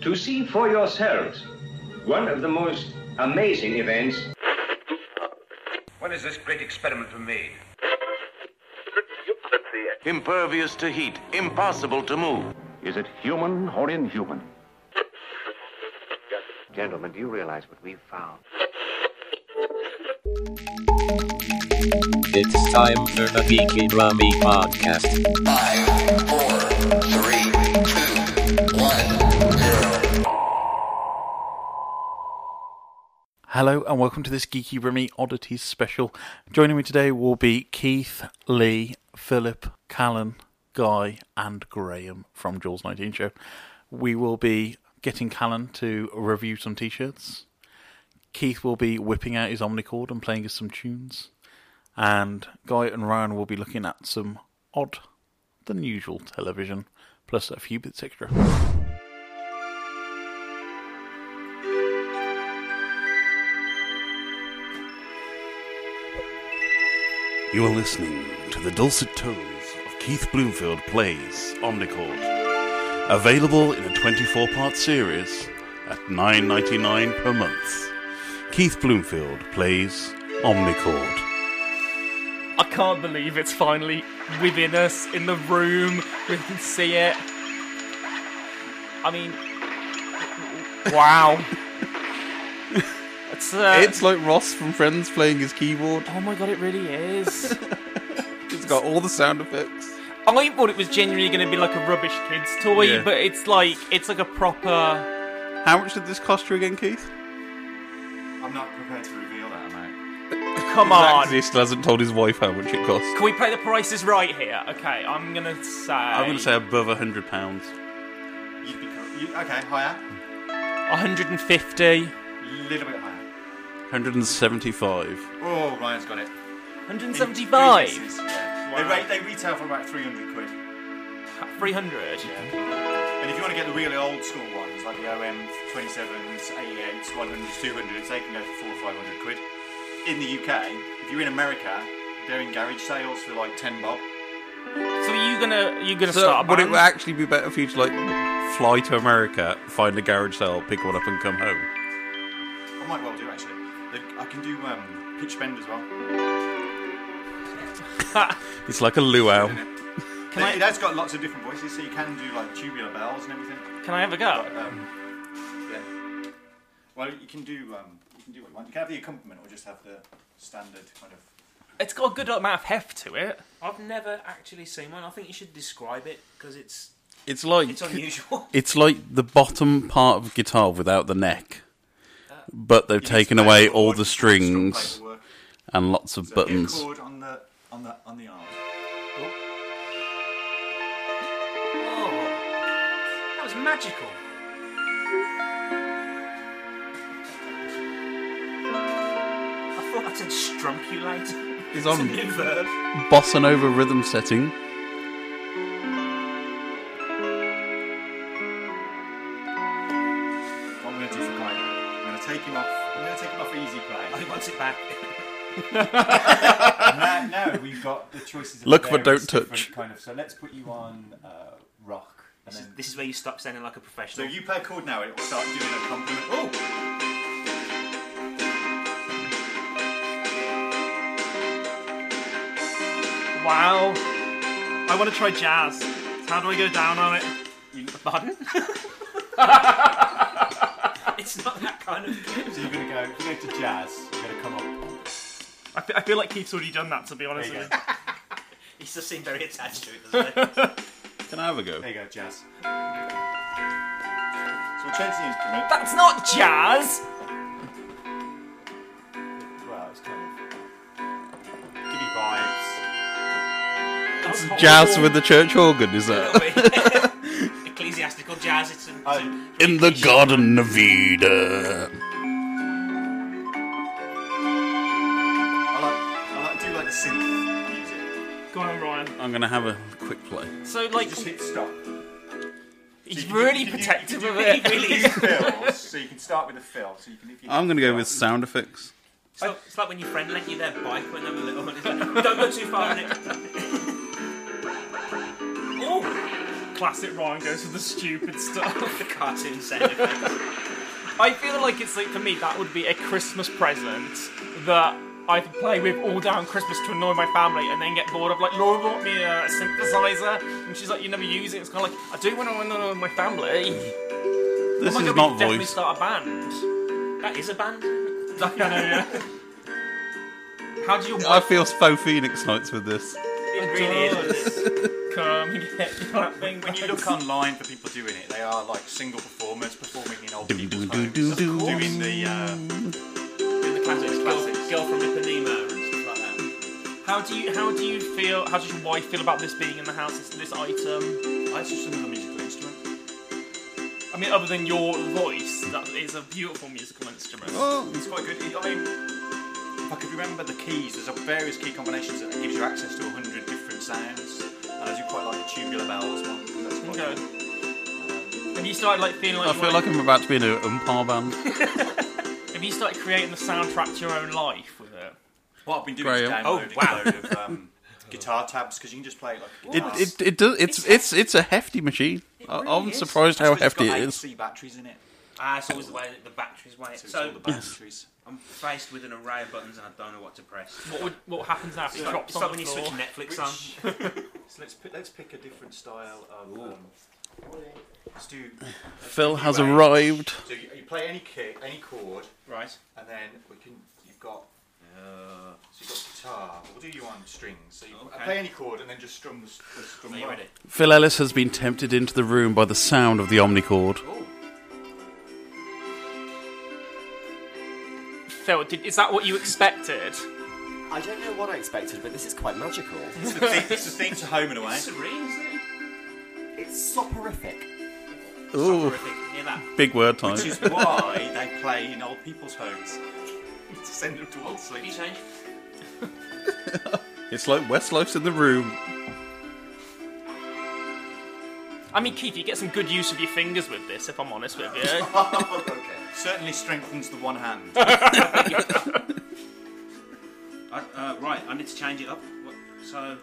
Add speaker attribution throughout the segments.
Speaker 1: to see for yourselves one of the most amazing events.
Speaker 2: When is this great experiment made?
Speaker 3: Impervious to heat, impossible to move.
Speaker 4: Is it human or inhuman?
Speaker 5: Gentlemen, do you realize what we've found?
Speaker 6: It's time for the Geeky Drummy Podcast.
Speaker 7: Five, four, three, two, one, zero.
Speaker 8: Hello and welcome to this Geeky Rummy Oddities special. Joining me today will be Keith, Lee, Philip, Callan, Guy, and Graham from Jules 19 Show. We will be getting Callan to review some t shirts. Keith will be whipping out his omnicord and playing us some tunes. And Guy and Ryan will be looking at some odd than usual television, plus a few bits extra.
Speaker 9: You are listening to the dulcet tones of Keith Bloomfield Plays Omnicord. Available in a 24 part series at $9.99 per month. Keith Bloomfield Plays Omnicord.
Speaker 10: I can't believe it's finally within us, in the room. We can see it. I mean, wow. it's, uh,
Speaker 11: It's like Ross from Friends playing his keyboard.
Speaker 10: oh my god, it really is.
Speaker 11: It's got all the sound effects.
Speaker 10: I thought it was genuinely going to be like a rubbish kids toy,
Speaker 11: Yeah.
Speaker 10: but it's like it's like a proper.
Speaker 11: How much did this cost you again, Keith?
Speaker 2: I'm not prepared to reveal that, mate.
Speaker 10: Come on.
Speaker 11: He still hasn't told his wife how much it cost.
Speaker 10: Can we play the prices right here? Okay, I'm gonna say.
Speaker 9: I'm going to say above £100. pounds.
Speaker 2: You'd be co- you, okay, higher.
Speaker 10: 150,
Speaker 2: Little bit higher.
Speaker 9: 175
Speaker 2: Oh, Ryan's got it.
Speaker 10: 175,
Speaker 2: Increases, yeah. They, rate, they retail for about 300 quid.
Speaker 10: 300.
Speaker 2: And if you want to get the really old school ones, like the OM 27s, 88s, 100s, 200s, they can go for four or 500 quid. In the UK, if you're in America, they're in garage sales for like 10 bob.
Speaker 10: So are you gonna you gonna
Speaker 11: So
Speaker 10: start? a
Speaker 11: would it
Speaker 10: band?
Speaker 11: actually be better for you to like?
Speaker 9: fly to America, find a garage sale, pick one up, and come home.
Speaker 2: I might well do actually. They- I can do um, pitch bend as well.
Speaker 9: It's like a luau.
Speaker 2: Can it has got lots of different voices, so you can do like tubular bells and everything.
Speaker 10: Can I have a go?
Speaker 2: Um, yeah. Well, you can do um, you can do what you want. You can have the accompaniment or just have the standard kind of.
Speaker 10: It's got a good amount of heft to it.
Speaker 12: I've never actually seen one. I think you should describe it because it's
Speaker 9: It's like
Speaker 12: it's unusual.
Speaker 9: It's like the bottom part of guitar without the neck, but they've taken
Speaker 2: It's
Speaker 9: away
Speaker 2: paperwork,
Speaker 9: all the
Speaker 2: strong
Speaker 9: strings
Speaker 2: paperwork.
Speaker 9: and lots of
Speaker 2: So hit a
Speaker 9: buttons.
Speaker 2: chord on the on the on the arm.
Speaker 12: oh, that was magical. I thought I said strumculate.
Speaker 11: Is on
Speaker 12: New verb.
Speaker 11: bossa nova rhythm setting.
Speaker 2: What I'm going to do for Guy, I'm going to take him off. I'm going to take him off easy play.
Speaker 12: He wants it back.
Speaker 2: now, now we've got the choices. Of
Speaker 11: Look but
Speaker 2: various
Speaker 11: don't
Speaker 2: different
Speaker 11: touch.
Speaker 2: Kind of. So let's put you on uh, rock. And
Speaker 12: This is,
Speaker 2: then,
Speaker 12: this is where you stop sounding like a
Speaker 2: so
Speaker 12: professional.
Speaker 2: you play a chord now, and it will start giving a compliment. Oh,
Speaker 10: Wow. I want to try jazz. How do I go down on it?
Speaker 12: Pardon? it's not that kind of.
Speaker 2: so you're going to go. You're going to jazz. You're going to come up.
Speaker 10: I fe- I feel like Keith's already done that, to be honest
Speaker 2: There you
Speaker 10: with
Speaker 2: go.
Speaker 10: you.
Speaker 12: He just seemed very attached to it. Doesn't he?
Speaker 9: Can I have a go?
Speaker 2: There you go, jazz. So we'll change the instrument.
Speaker 10: That's not jazz!
Speaker 2: Well, it's kind of giddy vibes.
Speaker 10: That's
Speaker 11: Jazz
Speaker 10: horrible.
Speaker 11: with the church organ, is that?
Speaker 12: Ecclesiastical jazz. It's a, it's a
Speaker 2: Oh,
Speaker 9: In the Garden of Eden.
Speaker 2: I like, I like, do like the synth music.
Speaker 10: Go on, Ryan.
Speaker 9: I'm gonna have a quick play.
Speaker 10: So, like,
Speaker 2: Um, Just hit stop.
Speaker 10: he's
Speaker 2: you can-
Speaker 10: really
Speaker 2: you can- you
Speaker 10: protective
Speaker 2: can
Speaker 10: of
Speaker 2: do
Speaker 10: it.
Speaker 2: These fills, so you can start with a fill. So you can. If you
Speaker 11: I'm gonna go with sound effects.
Speaker 10: Oh
Speaker 12: It's like, it's like when your friend lent you their bike when they were little. And it's like, don't go too far on it. Oh,
Speaker 10: classic Ryan goes for the stupid stuff.
Speaker 8: Cartoon sound effects.
Speaker 10: I feel like it's like for me that would be a Christmas present that I could play with all down Christmas to annoy my family and then get bored of. Like Laura bought me a synthesizer and she's like, "You never use it." It's kind of like I do when I annoy my family.
Speaker 9: This
Speaker 10: oh my
Speaker 9: is
Speaker 10: God,
Speaker 9: not
Speaker 10: we could definitely
Speaker 9: voice.
Speaker 10: start a band. That is a band. I know, yeah. How do you?
Speaker 9: I feel faux Phoenix Nights with this.
Speaker 10: It really is. Come and get your thing.
Speaker 2: When you look online for people doing it, they are like single performers performing in old
Speaker 9: Do, do,
Speaker 2: people's
Speaker 9: do,
Speaker 2: homes,
Speaker 9: do, do.
Speaker 2: doing the uh,
Speaker 8: In the classics, classics. Girl from Ipanema and stuff like that.
Speaker 10: How do you how do you feel how does your wife feel about this being in the house, this, this item?
Speaker 2: It's just another musical instrument.
Speaker 10: I mean other than your voice, that is a beautiful musical instrument.
Speaker 2: Oh, it's quite good. I mean, if I could remember the keys, there's various key combinations that gives you access to 100 different sounds. And I do quite like the tubular bells one. 'cause That's quite
Speaker 10: Okay. Have you started like feeling like
Speaker 9: I
Speaker 10: you
Speaker 9: feel
Speaker 10: wanna-
Speaker 9: like I'm about to be in an umpire band.
Speaker 10: Have you started creating the soundtrack to your own life with it?
Speaker 2: What I've been doing is
Speaker 9: Graham.
Speaker 2: downloading
Speaker 10: Oh, wow.
Speaker 2: a load of um, guitar tabs because you can just play it like a
Speaker 9: It,
Speaker 2: guitar.
Speaker 9: it, it does. It's it's it's a hefty machine. I I'm surprised
Speaker 2: I
Speaker 9: how
Speaker 2: suppose it's
Speaker 9: hefty
Speaker 2: got
Speaker 9: it is.
Speaker 2: AC batteries in it.
Speaker 8: Ah, it's always the way that the batteries weigh. So,
Speaker 2: So it's all the batteries.
Speaker 8: I'm faced with an array of buttons and I don't know what to press.
Speaker 10: What would, what happens now if it
Speaker 8: It's like-
Speaker 10: drops
Speaker 8: it's like
Speaker 10: on
Speaker 8: when
Speaker 10: the
Speaker 8: you
Speaker 10: floor?
Speaker 8: switch Netflix on.
Speaker 2: so let's pick, let's pick a different style of. Um, let's do. let's
Speaker 9: Phil
Speaker 2: do
Speaker 9: has
Speaker 2: new age.
Speaker 9: arrived.
Speaker 2: So you, you play any kick, any chord,
Speaker 8: right?
Speaker 2: And then we can. You've got. Uh, Oh, so you've got guitar. We'll do you on strings. So you
Speaker 8: Okay.
Speaker 2: play any chord and then just strum the, s- the strum.
Speaker 8: you
Speaker 2: line.
Speaker 8: ready?
Speaker 9: Phil Ellis has been tempted into the room by the sound of the omnicord.
Speaker 10: Phil, did, is that what you expected?
Speaker 6: I don't know what I expected, but this is quite magical.
Speaker 2: It's the theme, it's the theme to Home and Away.
Speaker 8: It's serene, isn't it?
Speaker 6: It's soporific.
Speaker 9: Ooh,
Speaker 2: Soporific, hear that?
Speaker 9: big word time.
Speaker 2: Which is why they play in old people's homes. to send them to old sleep.
Speaker 8: You change.
Speaker 9: It's like Westlife's in the room.
Speaker 10: I mean, Keith, you get some good use of your fingers with this, if I'm honest with you.
Speaker 2: Certainly strengthens the one hand.
Speaker 8: I, uh, right, I need to change it up. What, so,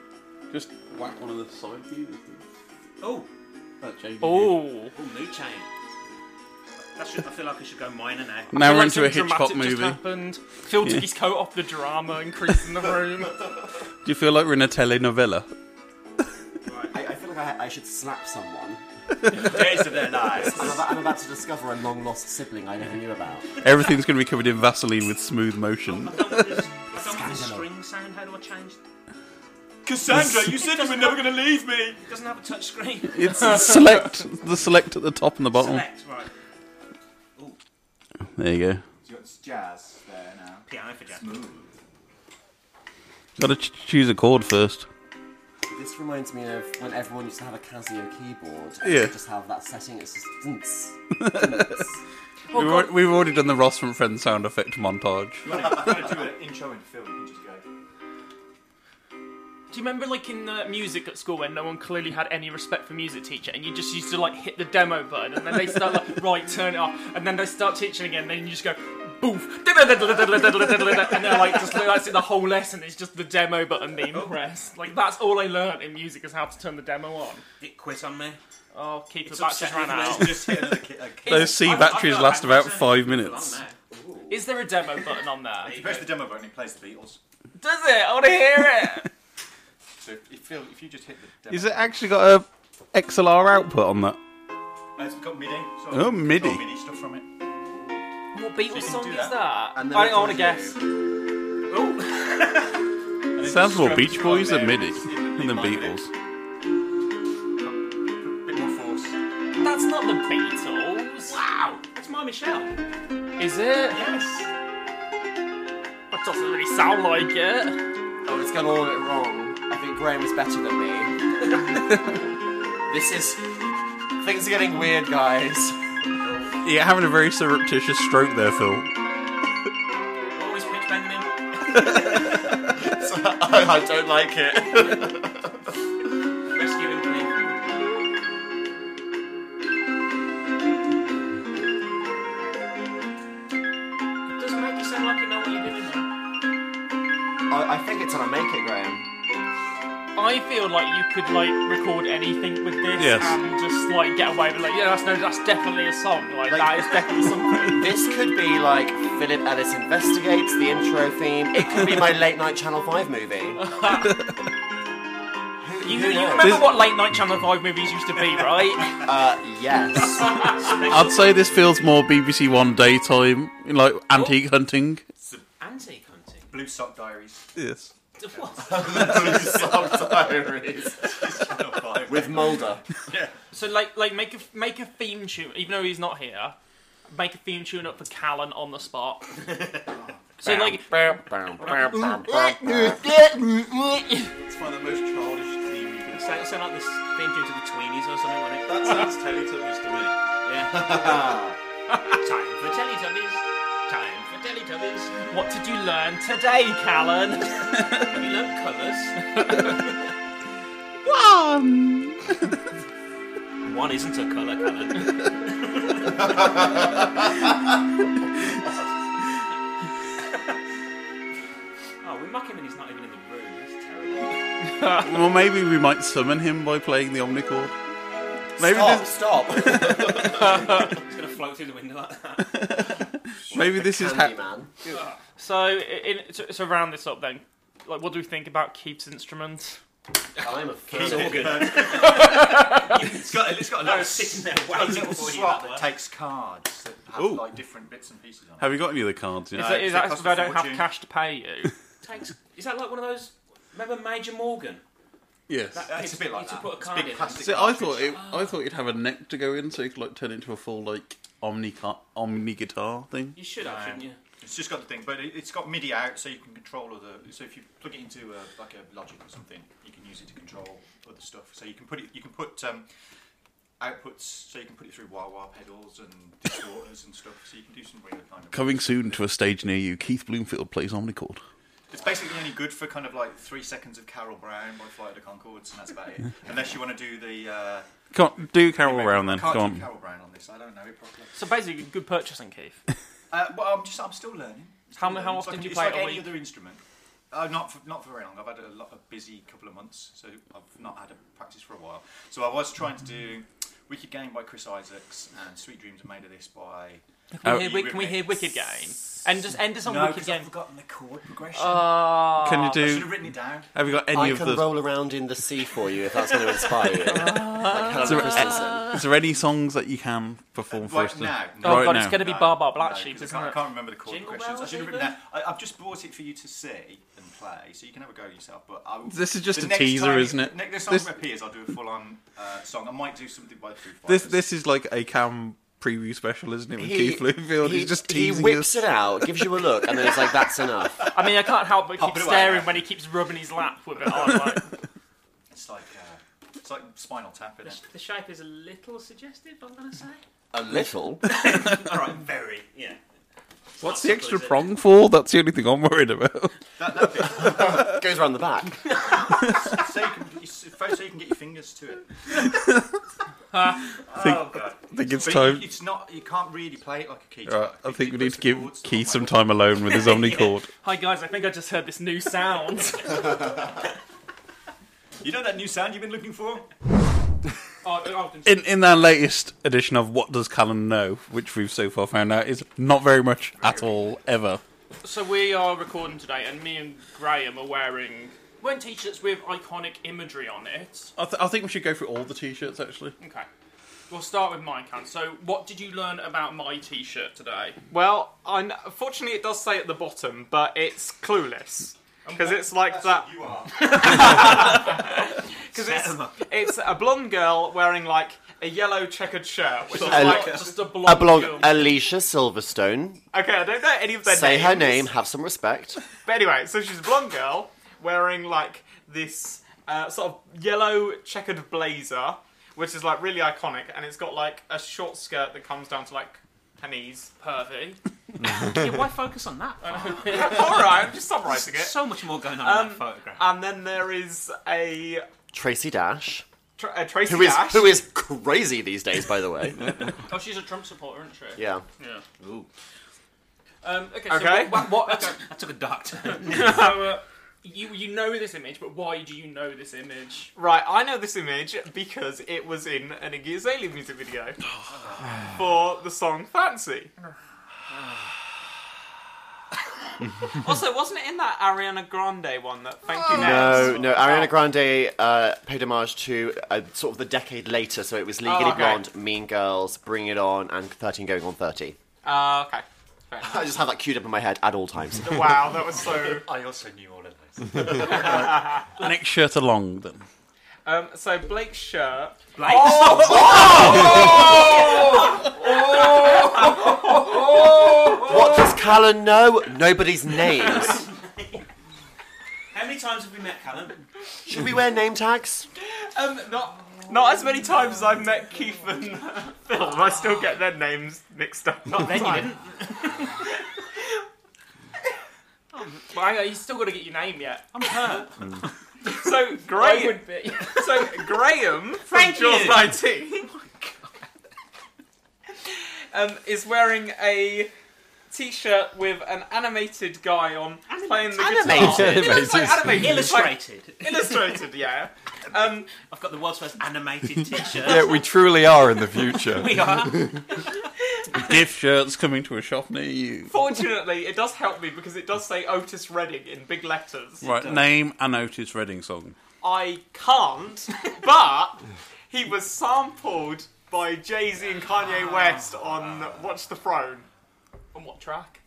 Speaker 9: Just whack one of the side views.
Speaker 8: oh,
Speaker 9: That changes.
Speaker 10: Oh.
Speaker 8: oh, mood change. That should, I feel like I should go minor now.
Speaker 9: Now
Speaker 10: I feel
Speaker 9: we're into
Speaker 10: like
Speaker 9: a
Speaker 10: something
Speaker 9: Hitchcock
Speaker 10: dramatic
Speaker 9: movie.
Speaker 10: Just happened. Phil
Speaker 9: Yeah.
Speaker 10: took his coat off. The drama increased in the room.
Speaker 9: Do you feel like we're in a telenovela?
Speaker 6: I, I feel like I, I should slap someone.
Speaker 2: Days of their lives.
Speaker 6: I'm about, I'm about to discover a long lost sibling I never knew about.
Speaker 9: Everything's going to be covered in Vaseline with smooth motion.
Speaker 8: I don't want the string sound. How do I change?
Speaker 2: Cassandra, you said you were never going to leave me.
Speaker 8: It doesn't have a touch screen.
Speaker 9: It's select the select at the top and the bottom.
Speaker 8: Select, right.
Speaker 9: There you go.
Speaker 2: So it's jazz there now.
Speaker 8: Piano for jazz.
Speaker 9: Got to ch- choose a chord first.
Speaker 10: Oh,
Speaker 6: This reminds me of when everyone used to have a Casio keyboard. And
Speaker 9: Yeah.
Speaker 6: you'd Just have that setting. It's just. dunce, dunce.
Speaker 9: We've, al- we've already done the Ross from Friends sound effect montage.
Speaker 2: You want to do an intro and Phil, you can just go.
Speaker 10: Do you remember, like in uh, music at school, when no one clearly had any respect for music teacher, and you just used to like hit the demo button, and then they start like right, turn it off, and then they start teaching again, then you just go boof, and they're like just like that's it. The whole lesson is just the demo button being pressed. Like that's all I learned in music is how to turn the demo on.
Speaker 8: It quit on me.
Speaker 10: Oh, keep the
Speaker 8: It's
Speaker 10: batteries
Speaker 8: upset
Speaker 10: ran
Speaker 8: me.
Speaker 10: out.
Speaker 8: Just hit uh, another
Speaker 2: kick.
Speaker 9: Those C batteries last about five
Speaker 8: Long
Speaker 9: minutes.
Speaker 8: now.
Speaker 10: Is there a demo button on there?
Speaker 2: You press the demo button, it plays the Beatles.
Speaker 10: Does it? I want to hear it.
Speaker 2: So if, if, Phil, if you just hit the demo,
Speaker 9: Is it actually got a XLR output on that?
Speaker 2: Uh, it's got MIDI. So
Speaker 9: Oh, MIDI.
Speaker 2: got MIDI stuff from it.
Speaker 10: What Beatles
Speaker 2: can
Speaker 10: song
Speaker 2: do
Speaker 10: is
Speaker 2: that.
Speaker 10: that? I
Speaker 2: And
Speaker 10: think
Speaker 2: then
Speaker 10: I
Speaker 2: it
Speaker 10: want to
Speaker 2: tells
Speaker 10: guess.
Speaker 2: And it
Speaker 9: Sounds
Speaker 2: just
Speaker 9: more
Speaker 2: strums
Speaker 9: Beach
Speaker 2: right
Speaker 9: Boys than
Speaker 2: there.
Speaker 9: MIDI
Speaker 2: It's
Speaker 9: than Beatles.
Speaker 2: A bit more force.
Speaker 10: That's not the Beatles. Wow.
Speaker 8: That's my Michelle.
Speaker 10: Is it?
Speaker 2: Yes.
Speaker 10: That doesn't really sound like it.
Speaker 6: oh, it's gone all a bit wrong. I think Graham is better than me. this is. Things are getting weird, guys.
Speaker 9: You're having a very surreptitious stroke there, Phil.
Speaker 8: Always pitch banging him.
Speaker 6: I don't like it.
Speaker 8: Rescue him, please. It doesn't make you sound like you know what you're doing.
Speaker 6: I, I think it's on a make it, Graham.
Speaker 10: I I feel like you could like record anything with this
Speaker 13: Yes.
Speaker 10: and just like get away with like yeah that's no that's definitely a song like,
Speaker 6: Like-
Speaker 10: that is definitely something.
Speaker 6: This could be like Philip Ellis investigates the intro theme. It could be my late night Channel Five movie.
Speaker 10: You,
Speaker 6: who
Speaker 10: you
Speaker 6: knows?
Speaker 10: remember what late night Channel Five movies used to be, right?
Speaker 6: Uh, yes.
Speaker 8: I'd say this feels more BBC One daytime, you know, like antique
Speaker 2: Oh.
Speaker 8: hunting.
Speaker 9: Antique hunting.
Speaker 2: Blue Sock Diaries.
Speaker 8: Yes.
Speaker 9: What?
Speaker 2: Blue Sock Diaries.
Speaker 6: With Mulder.
Speaker 2: Yeah.
Speaker 10: So like like make a make a theme tune even though he's not here. Make a theme tune up for Callan on the spot. so like Mm,
Speaker 2: It's one of the most childish theme you can
Speaker 9: Sound, sound like this theme tune to the Tweenies or something, wouldn't it?
Speaker 2: That sounds Teletubbies to me.
Speaker 9: Yeah. Time for Teletubbies. Time for Teletubbies.
Speaker 10: What did you learn today, Callan?
Speaker 9: Have you learned colours?
Speaker 8: One.
Speaker 9: One isn't a colour, oh, we mock him and he's not even in the room. That's terrible.
Speaker 8: well, maybe we might summon him by playing the Omnicord. Maybe this,
Speaker 6: Stop.
Speaker 9: He's gonna float through the window like that.
Speaker 8: maybe this is how.
Speaker 10: So, i- in, to, to round this up, then, like, what do we think about Keith's instrument?
Speaker 6: I'm a
Speaker 9: Keith's organ.
Speaker 2: it's got it's got a lot
Speaker 9: I
Speaker 2: of
Speaker 9: was sitting there waiting
Speaker 2: a little
Speaker 9: for you, that
Speaker 2: slot that
Speaker 9: one.
Speaker 2: takes cards that have
Speaker 8: Ooh.
Speaker 2: like different bits and pieces on.
Speaker 8: Have you got any of the cards?
Speaker 10: Is
Speaker 8: Yeah.
Speaker 10: that, is
Speaker 2: it
Speaker 10: that
Speaker 2: costs
Speaker 10: if I
Speaker 2: a
Speaker 10: don't have
Speaker 2: fortune.
Speaker 10: cash to pay you?
Speaker 9: Takes, is that like one of those? Remember Major Morgan?
Speaker 8: Yes.
Speaker 9: That
Speaker 2: It's
Speaker 9: kid-
Speaker 2: a bit like
Speaker 9: used to
Speaker 2: that.
Speaker 9: put a
Speaker 2: It's
Speaker 9: card
Speaker 2: big
Speaker 9: in.
Speaker 2: plastic
Speaker 8: So I thought it, I thought you'd have a neck to go in, so you could like turn it into a full like omni car, omni guitar thing.
Speaker 9: You should have,
Speaker 2: Um,
Speaker 9: shouldn't you?
Speaker 2: It's just got the thing, but it, it's got MIDI out, so you can control other. So if you plug it into a, like a Logic or something, you can use it to control other stuff. So you can put it, you can put um, outputs, so you can put it through wah wah pedals and distorters and stuff. So you can do some weird kind of.
Speaker 8: Coming soon to a stage near you, Keith Bloomfield plays Omnicord.
Speaker 2: It's basically only good for kind of like three seconds of Carol Brown by Flight of the Concords, and that's about it. Unless you want to do the. Uh,
Speaker 8: Can't do Carol Brown then.
Speaker 2: can't
Speaker 8: Go
Speaker 2: do
Speaker 8: on.
Speaker 2: Carol Brown on this. I don't know it properly.
Speaker 10: so basically, good purchasing, Keith.
Speaker 2: Uh, well, I'm just I'm still learning.
Speaker 10: How
Speaker 2: Still
Speaker 10: m- how
Speaker 2: learning. It's
Speaker 10: often
Speaker 2: like-
Speaker 10: do you
Speaker 2: it's
Speaker 10: play
Speaker 2: like
Speaker 10: it a
Speaker 2: any
Speaker 10: week?
Speaker 2: other instrument? Uh, not for, not for very long. I've had a lot of busy couple of months, so I've not had a practice for a while. So I was trying to do Wicked Game by Chris Isaacs and Sweet Dreams Are Made of This by. Oh,
Speaker 10: Can, we, hear, Wick- can we hear Wicked Game? And just end us on
Speaker 2: No,
Speaker 10: Wicked
Speaker 2: 'cause
Speaker 10: Game.
Speaker 2: I've forgotten the chord progression.
Speaker 10: Ah.
Speaker 8: Can you
Speaker 6: I
Speaker 2: I
Speaker 8: Uh, do?
Speaker 2: should have written it down.
Speaker 8: Have you got any
Speaker 6: I
Speaker 8: of
Speaker 6: can
Speaker 8: the?
Speaker 6: roll around in the sea for you if that's going to inspire you. like Helen
Speaker 8: Is there,
Speaker 6: Christensen.
Speaker 8: is there any songs that you can perform for us?
Speaker 2: Right
Speaker 8: to-
Speaker 2: now.
Speaker 10: Oh
Speaker 8: Right
Speaker 10: god,
Speaker 8: now.
Speaker 10: it's going to be Bar Bar Black
Speaker 2: No, 'cause
Speaker 10: Sheep,
Speaker 2: I
Speaker 10: isn't
Speaker 2: can't, I
Speaker 10: it?
Speaker 2: can't remember the chord
Speaker 9: Jingle
Speaker 2: progressions. I
Speaker 9: bells,
Speaker 2: should have written
Speaker 9: even?
Speaker 2: that. I, I've just bought it for you to see and play, so you can have a go yourself. But I,
Speaker 8: This is just
Speaker 2: the
Speaker 8: a
Speaker 2: next
Speaker 8: teaser,
Speaker 2: time-
Speaker 8: isn't it?
Speaker 2: Next time
Speaker 8: This-
Speaker 2: it appears, I'll do a full-on uh, song. I might do something by Foo
Speaker 8: This
Speaker 2: Fighters.
Speaker 8: this is like a cam preview special, isn't it? With
Speaker 6: He-
Speaker 8: Keith Bloomfield,
Speaker 6: he-
Speaker 8: he's just
Speaker 6: he
Speaker 8: teasing
Speaker 6: whips
Speaker 8: us.
Speaker 6: it out, gives you a look, and then it's like, that's enough.
Speaker 10: I mean, I can't help but
Speaker 2: Pop
Speaker 10: keep
Speaker 2: it away.
Speaker 10: staring when he keeps rubbing his lap with it on. Like,
Speaker 2: It's like uh, it's like Spinal Tap, isn't
Speaker 9: The,
Speaker 2: it?
Speaker 9: the shape is a little suggestive. I'm gonna say.
Speaker 6: A little.
Speaker 2: All right, very.
Speaker 9: Yeah.
Speaker 8: What's the extra prong for? That's the only thing I'm worried about.
Speaker 2: That, that bit.
Speaker 6: Goes around the back.
Speaker 2: so, you can, you- so you can get your fingers to it. Oh,
Speaker 8: think-
Speaker 2: God.
Speaker 8: I think it's
Speaker 2: But
Speaker 8: time.
Speaker 2: you- it's not. You can't really play it like a key.
Speaker 8: Right, I
Speaker 2: It-
Speaker 8: think
Speaker 2: it
Speaker 8: we need
Speaker 2: puts
Speaker 8: to
Speaker 2: the
Speaker 8: give
Speaker 2: chords the
Speaker 8: Keith
Speaker 2: wrong
Speaker 8: some
Speaker 2: way.
Speaker 8: time alone with his Omnicord.
Speaker 10: Hi guys, I think I just heard this new sound.
Speaker 2: You know that new sound you've been looking for?
Speaker 10: oh, oh, I'm
Speaker 8: In in our latest edition of What Does Callan Know, which we've so far found out is not very much at all ever.
Speaker 10: So we are recording today, and me and Graham are wearing wearing t-shirts with iconic imagery on it.
Speaker 8: I, th- I think we should go through all the t-shirts actually.
Speaker 10: Okay, we'll start with mine, Can. So, what did you learn about my t-shirt today?
Speaker 14: Well, unfortunately, it does say at the bottom, but it's clueless because it's like that.
Speaker 2: You are.
Speaker 14: Because it's, it's a blonde girl wearing like a yellow checkered shirt, which is
Speaker 6: A-
Speaker 14: like
Speaker 10: Just a
Speaker 6: A
Speaker 10: blonde.
Speaker 6: blog,
Speaker 10: girl.
Speaker 6: Alicia Silverstone.
Speaker 14: okay. I don't know any of their
Speaker 6: Say
Speaker 14: names.
Speaker 6: her name, have some respect.
Speaker 14: But anyway, so she's a blonde girl wearing like this uh, sort of yellow checkered blazer, which is like really iconic, and it's got like a short skirt that comes down to like her knees.
Speaker 10: pervy.
Speaker 9: Yeah, why focus on that?
Speaker 14: All right, I'm just summarising it. Um,
Speaker 9: so much more going on in that photograph.
Speaker 14: And then there is a,
Speaker 6: Tracy Dash.
Speaker 14: tra- a Tracy
Speaker 6: Who is
Speaker 14: Dash.
Speaker 6: who is crazy these days, by the way.
Speaker 10: Oh, she's a Trump supporter, isn't she?
Speaker 6: yeah.
Speaker 10: Yeah. Um, okay. So
Speaker 14: Okay.
Speaker 10: What? what, what okay.
Speaker 9: I took a dark turn.
Speaker 10: so, uh,
Speaker 15: you you know this image, but why do you know this image?
Speaker 10: Right, I know this image because it was in an Iggy Azalea music video for the song Fancy. also, wasn't it in that Ariana Grande one that Thank You Next?
Speaker 6: No, no. Ariana Grande uh, paid homage to uh, sort of the decade later, so it was Legally
Speaker 10: Oh, okay.
Speaker 6: Blonde, Mean Girls, Bring It On, and 13 Going on 30.
Speaker 10: Uh, okay. Fair enough.
Speaker 6: I just have that queued up in my head at all times.
Speaker 10: Wow, that was so.
Speaker 2: I also knew all of
Speaker 8: An X shirt along them.
Speaker 10: Um, so Blake's shirt.
Speaker 2: Blake's-
Speaker 10: Oh! oh!
Speaker 6: What does Callan know? Nobody's names.
Speaker 2: How many times have we met Callum?
Speaker 6: Should we wear name tags?
Speaker 10: Um, not not as many times as I've met Keith and Phil. I still get their names mixed up. all the
Speaker 2: Then you
Speaker 10: time.
Speaker 2: didn't.
Speaker 15: Well, hang on, Um, you still got to get your name yet. I'm hurt.
Speaker 10: So
Speaker 15: I
Speaker 10: Graham.
Speaker 15: would be.
Speaker 10: so Graham from
Speaker 15: Thank
Speaker 10: Jaws
Speaker 15: you. Oh
Speaker 10: 19 um, is wearing a t-shirt with an animated guy on playing the guitar.
Speaker 2: Animated.
Speaker 10: It looks like animated. It's like-
Speaker 2: Illustrated.
Speaker 10: illustrated, yeah. Um,
Speaker 2: I've got the world's first animated T-shirt.
Speaker 16: Yeah, we truly are in the future.
Speaker 2: We are.
Speaker 8: Gift shirts coming to a shop near you.
Speaker 10: Fortunately, it does help me because it does say Otis Redding in big letters.
Speaker 8: Right, name an Otis Redding song.
Speaker 10: I can't, but he was sampled by Jay Z and Kanye West on Watch the Throne.
Speaker 15: On what track?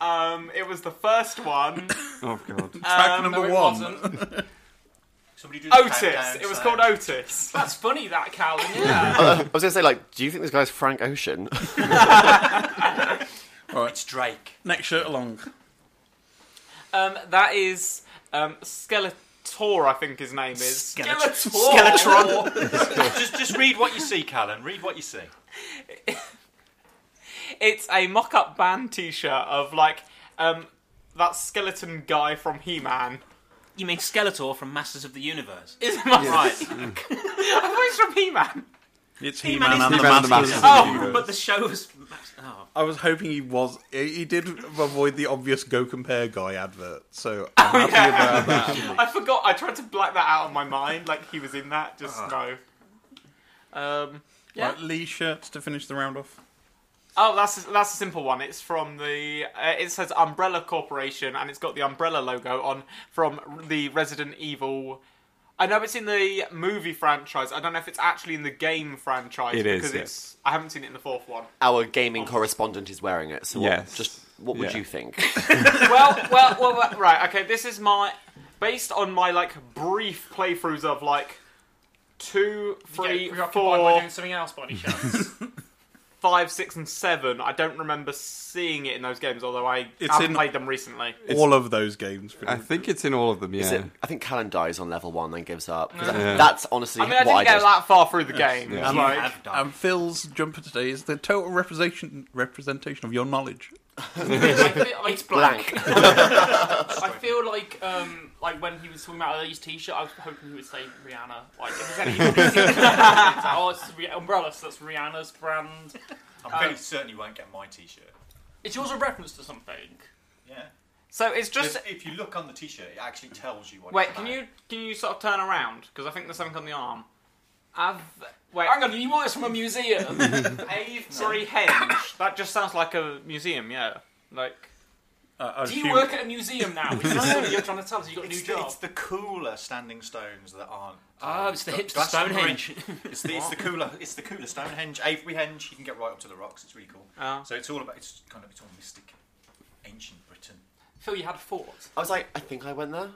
Speaker 10: Um, it was the first one.
Speaker 16: Oh, God.
Speaker 10: Um, no, it wasn't.
Speaker 2: Somebody do the
Speaker 10: Otis.
Speaker 2: countdown,
Speaker 10: It was
Speaker 2: so-
Speaker 10: called Otis.
Speaker 15: That's funny, that Calvin.
Speaker 6: Uh, I was going to say, like, do you think this guy's Frank Ocean?
Speaker 8: Right.
Speaker 2: It's Drake.
Speaker 8: Next shirt along.
Speaker 10: Um, that is um, Skeletor, I think his name is.
Speaker 2: Skeletor. just, just read what you see, Callum. Read what you see.
Speaker 10: It's a mock-up band T-shirt of like um, that skeleton guy from He-Man.
Speaker 2: You mean Skeletor from Masters of the Universe?
Speaker 10: Is it my
Speaker 2: Yes. Mm.
Speaker 10: right? I thought it was from He-Man.
Speaker 8: It's He-Man
Speaker 2: He-Man is
Speaker 8: and the
Speaker 2: He-Man and the
Speaker 8: Masters.
Speaker 2: Masters of the Oh, Universe. but the show was- Oh.
Speaker 9: I was hoping he was. He he did avoid the obvious Go Compare Guy advert,
Speaker 8: Oh,
Speaker 9: so I'm happy about that.
Speaker 10: I forgot. I tried to black that out of my mind. Like he was in that. Just no. Um. Yeah.
Speaker 8: Ah. Right, Lee shirts to finish the round off.
Speaker 10: Oh, that's a, that's a simple one. It's from the. Uh, it says Umbrella Corporation, and it's got the Umbrella logo on from the Resident Evil. I know it's in the movie franchise. I don't know if it's actually in the game franchise.
Speaker 6: It is,
Speaker 10: because
Speaker 6: yes.
Speaker 10: it's. I haven't seen it in the fourth one.
Speaker 6: Our gaming correspondent is wearing it, so what,
Speaker 16: Yes.
Speaker 6: just what would
Speaker 16: Yeah.
Speaker 6: you think?
Speaker 10: well, well, well, well, right. Okay, this is my based on my like brief playthroughs of like two, three,
Speaker 15: You're occupied by
Speaker 10: four,
Speaker 15: doing something else, body shots.
Speaker 10: five, six, and seven. I don't remember seeing it in those games, although I
Speaker 9: It's
Speaker 10: haven't
Speaker 9: in-
Speaker 10: played them recently.
Speaker 9: All of those games. pretty
Speaker 16: I
Speaker 9: much.
Speaker 16: think it's in all of them. Yeah.
Speaker 6: Is it- I think Callan dies on level one, then gives up. 'Cause
Speaker 9: Yeah.
Speaker 6: That's honestly
Speaker 10: I mean, I
Speaker 6: what
Speaker 10: didn't
Speaker 6: I
Speaker 10: get
Speaker 6: did.
Speaker 10: that far through the game.
Speaker 6: Yeah.
Speaker 9: And,
Speaker 6: You have done.
Speaker 9: and Phil's jumper today is the total representation representation of your knowledge.
Speaker 15: it's I feel like um, like when he was talking about Lee's t-shirt, I was hoping he would say Rihanna. Like if there's any, it's like, oh, it's Rih- umbrella, so that's Rihanna's brand.
Speaker 2: I'm
Speaker 15: Um,
Speaker 2: fairly certain you won't get my T-shirt.
Speaker 15: It's yours a reference to something.
Speaker 2: Yeah.
Speaker 10: So it's just-
Speaker 2: if, if you look on the T-shirt, it actually tells you what.
Speaker 10: Wait,
Speaker 2: it's
Speaker 10: can
Speaker 2: about.
Speaker 10: you can you sort of turn around? Because I think there's something on the arm. I've wait.
Speaker 15: Hang on, you want this from a museum?
Speaker 10: Avery Henge. That just sounds like a museum. Yeah, like.
Speaker 15: Do you work at a museum now? Is this something you're trying to tell us? You got a new
Speaker 2: It's the,
Speaker 15: job.
Speaker 2: it's the cooler standing stones that aren't. um,
Speaker 15: Oh, it's the
Speaker 2: Gla-
Speaker 15: hipster
Speaker 2: Glastonbury.
Speaker 15: Stonehenge.
Speaker 2: it's, the, it's the cooler. It's the cooler Stonehenge, Avery Henge. You can get right up to the rocks. It's really cool. So it's all about. It's kind of it's all mystic, ancient Britain.
Speaker 15: Phil, you had a thought.
Speaker 6: I was like, I think I went there.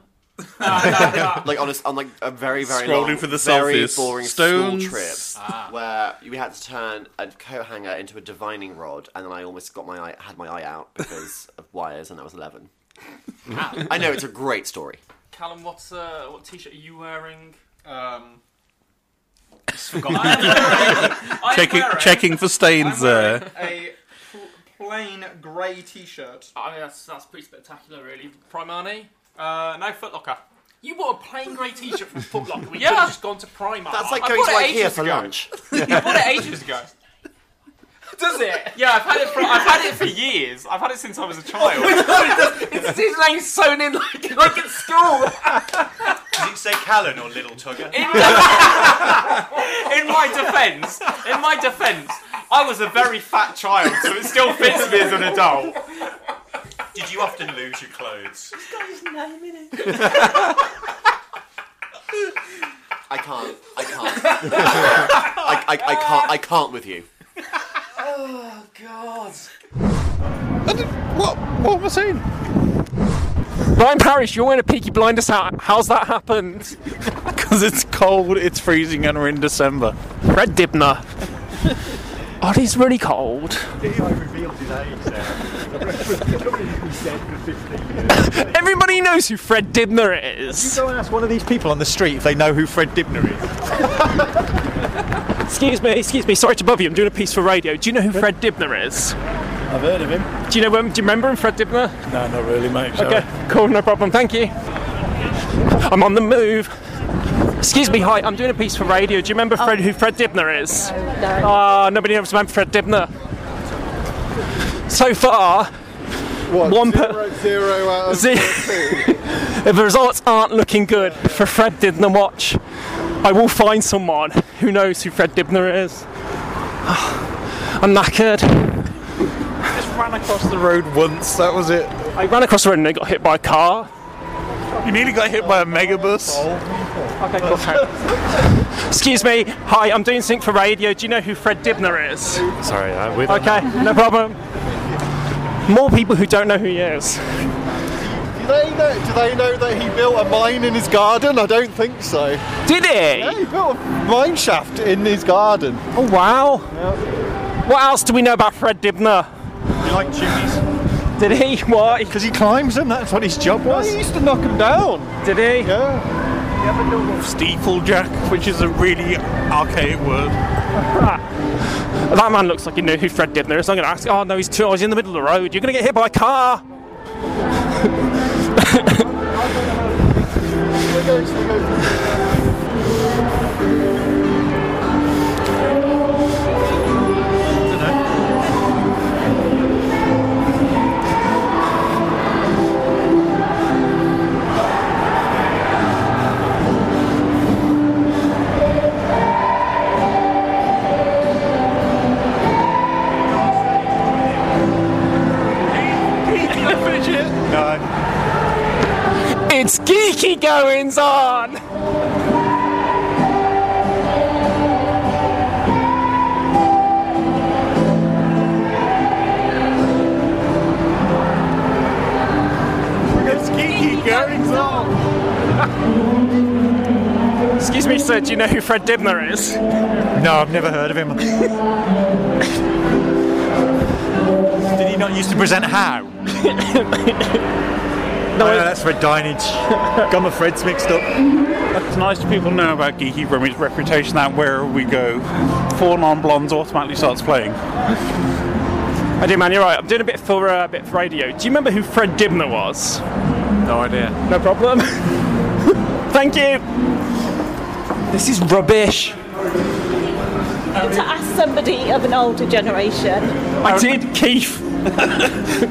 Speaker 15: no.
Speaker 6: like honest, on like a very very
Speaker 9: Scrolling
Speaker 6: long,
Speaker 9: for the
Speaker 6: very
Speaker 9: selfies.
Speaker 6: boring
Speaker 9: Stones.
Speaker 6: school trip
Speaker 9: Ah.
Speaker 6: where we had to turn a coat hanger into a divining rod, and then I almost got my eye, had my eye out because of wires, and I was eleven. I know it's a great story.
Speaker 15: Callum, what's uh, what t-shirt are you wearing?
Speaker 10: Um.
Speaker 15: I
Speaker 9: Checking checking for stains there.
Speaker 10: a plain grey T-shirt.
Speaker 15: I mean, that's that's pretty spectacular, really. Primani.
Speaker 10: Uh, no, Footlocker.
Speaker 15: You bought a plain grey T-shirt from Foot Locker. We
Speaker 10: Yeah.
Speaker 15: could have just gone to Primark.
Speaker 10: That's like I going bought to it IKEA ages for ago.
Speaker 6: lunch.
Speaker 10: you bought it ages ago. Does it? Yeah, I've had it for I've had it for years. I've had it since I was a child.
Speaker 17: it's his name sewn in like, like at school.
Speaker 18: Does it say Callan or Little Tugger?
Speaker 10: in my defence, in my defence, I was a very fat child, so it still fits me as an adult.
Speaker 18: Did you often lose your clothes?
Speaker 19: He's got his name in it.
Speaker 6: I can't. I can't. I, I, I can't. I can't with you.
Speaker 17: oh God.
Speaker 8: What? What am I saying?
Speaker 10: Ryan Parrish, you're wearing a Peaky Blinders hat. How's that happened?
Speaker 8: Because it's cold, it's freezing, and we're in December.
Speaker 10: Fred Dibner. Oh, it's really cold.
Speaker 18: I revealed his age
Speaker 10: Everybody knows who Fred Dibner is.
Speaker 18: You go and ask one of these people on the street if they know who Fred Dibner is.
Speaker 10: Excuse me, excuse me. Sorry to bother you. I'm doing a piece for radio. Do you know who Fred Dibner is?
Speaker 20: I've heard of him.
Speaker 10: Do you know him? Do you remember him, Fred Dibner?
Speaker 20: No, not really, mate. sorry.
Speaker 10: Okay, cool, no problem. Thank you. I'm on the move. Excuse me, hi. I'm doing a piece for radio. Do you remember Fred, who Fred Dibner is?
Speaker 21: no.
Speaker 10: Ah, nobody knows remember Fred Dibner. So far, one per-
Speaker 2: Zero out of
Speaker 10: Ze- if the results aren't looking good for Fred Dibner watch, I will find someone who knows who Fred Dibner is. Ah, I'm knackered.
Speaker 2: just ran across the road once. That was it.
Speaker 10: I ran across the road and I got hit by a car.
Speaker 8: You nearly got hit by a megabus.
Speaker 10: Okay, cool. thanks. Excuse me. Hi, I'm doing sync for radio. Do you know who Fred Dibner is?
Speaker 20: Sorry, I, we don't
Speaker 10: Okay, no problem. More people who don't know who he is.
Speaker 2: Do they know? Do they know that he built a mine in his garden? I don't think so.
Speaker 10: Did he?
Speaker 2: Yeah, he built a mine shaft in his garden.
Speaker 10: Oh wow! What else do we know about Fred Dibner?
Speaker 18: You like chimneys?
Speaker 10: Did he? Why?
Speaker 2: Because he climbs them. That's what his job was. he used to knock them down.
Speaker 10: Did he?
Speaker 2: Yeah.
Speaker 8: Steeplejack, which is a really archaic word.
Speaker 10: That man looks like he knew who Fred Dibner is. I'm going to ask. Oh no, he's two. I was in the middle of the road. You're going to get hit by a car. It's geeky goings on.
Speaker 8: It's geeky goings
Speaker 10: on. Excuse me, sir. Do you know who Fred Dibner is?
Speaker 2: No, I've never heard of him. Did he not used to present how? no,
Speaker 8: Oh,
Speaker 2: that's for Dinage. Got my Freds mixed up.
Speaker 8: It's nice that people know about Geeky Brummy's reputation that wherever we go, Four Non Blondes automatically starts playing.
Speaker 10: I do, man. You're right. I'm doing a bit for uh, a bit for radio. Do you remember who Fred Dibner was?
Speaker 8: No idea.
Speaker 10: No problem. Thank you. This is rubbish.
Speaker 21: to ask somebody of an older generation.
Speaker 8: I did, Keith.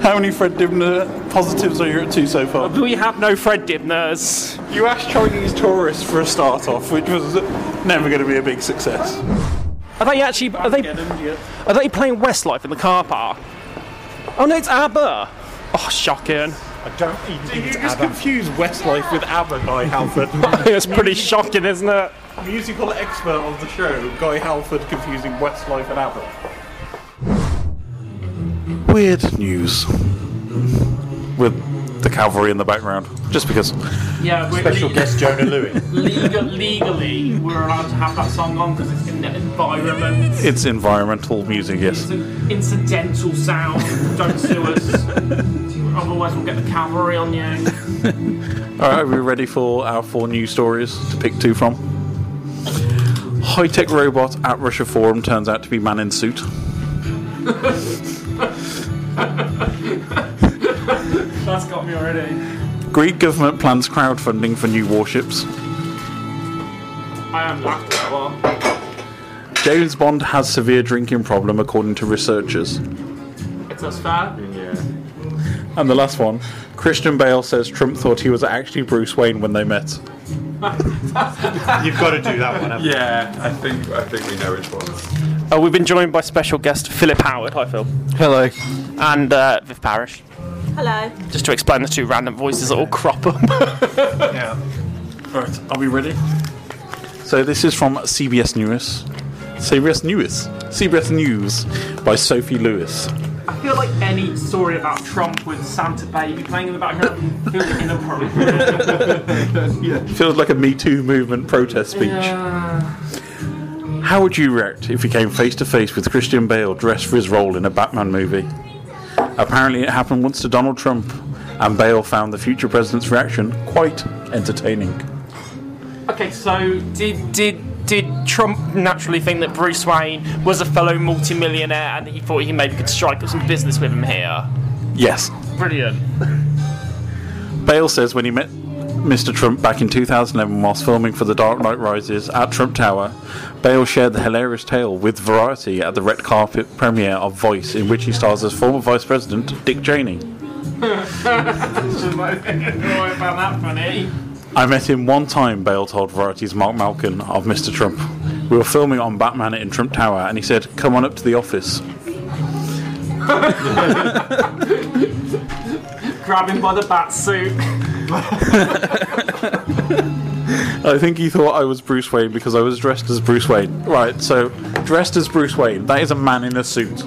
Speaker 8: How many Fred Dibner positives are you at two so far?
Speaker 10: We have no Fred Dibners.
Speaker 8: You asked Chinese tourists for a start off, which was never going to be a big success.
Speaker 10: Are they actually? Are they? Are they playing Westlife in the car park? Oh no, it's ABBA. Oh, shocking.
Speaker 8: I don't even Do you just confuse Westlife with ABBA, Guy Halford?
Speaker 10: it's pretty shocking, isn't it?
Speaker 8: Musical expert on the show, Guy Halford confusing Westlife and ABBA. Weird news. With the cavalry in the background, just because.
Speaker 22: Yeah, we're
Speaker 8: Special guest Jonah Louis.
Speaker 22: legal, legally, we're allowed to have that song on because it's in the environment.
Speaker 8: It's environmental music, yes.
Speaker 22: an incidental sound. Don't sue us. Otherwise, we'll get the cavalry on you.
Speaker 8: Alright, are we ready for our four news stories to pick two from? High tech robot at Russia Forum turns out to be man in suit.
Speaker 22: That's got me already.
Speaker 8: Greek government plans crowdfunding for new warships.
Speaker 22: I am laughing at what?
Speaker 8: James Bond has severe drinking problem according to researchers.
Speaker 23: It's us fair. Yeah.
Speaker 8: And the last one, Christian Bale says Trump thought he was actually Bruce Wayne when they met.
Speaker 12: You've got to do that one.
Speaker 24: Yeah, I think I think we know which ones.
Speaker 10: Uh, we've been joined by special guest Philip Howard. Hi, Phil.
Speaker 24: Hello.
Speaker 10: And uh, Viv Parish.
Speaker 25: Hello.
Speaker 10: Just to explain the two random voices that all crop up.
Speaker 8: yeah. Right, are we ready? So this is from CBS News. CBS News. CBS News by Sophie Lewis.
Speaker 26: I feel like any story about Trump with Santa Baby playing in the background feels inappropriate.
Speaker 8: Feels like a Me Too movement protest speech.
Speaker 26: Yeah.
Speaker 8: How would you react if you came face to face with Christian Bale dressed for his role in a Batman movie? Apparently, it happened once to Donald Trump, and Bale found the future president's reaction quite entertaining.
Speaker 10: okay, so did did did Trump naturally think that Bruce Wayne was a fellow multimillionaire and he thought he maybe could strike up some business with him here?
Speaker 8: Yes.
Speaker 10: Brilliant.
Speaker 8: Bale says when he met Mr. Trump back in 2011 whilst filming for The Dark Knight Rises at Trump Tower, Bale shared the hilarious tale with Variety at the red carpet premiere of Voice, in which he stars as former Vice President Dick Cheney.
Speaker 26: I found that funny.
Speaker 8: I met him one time, Bale told Variety's Mark Malkin of Mr. Trump. We were filming on Batman in Trump Tower, and he said, Come on up to the office.
Speaker 26: Grab him by the bat suit.
Speaker 8: I think he thought I was Bruce Wayne because I was dressed as Bruce Wayne. Right, so dressed as Bruce Wayne, that is a man in a suit.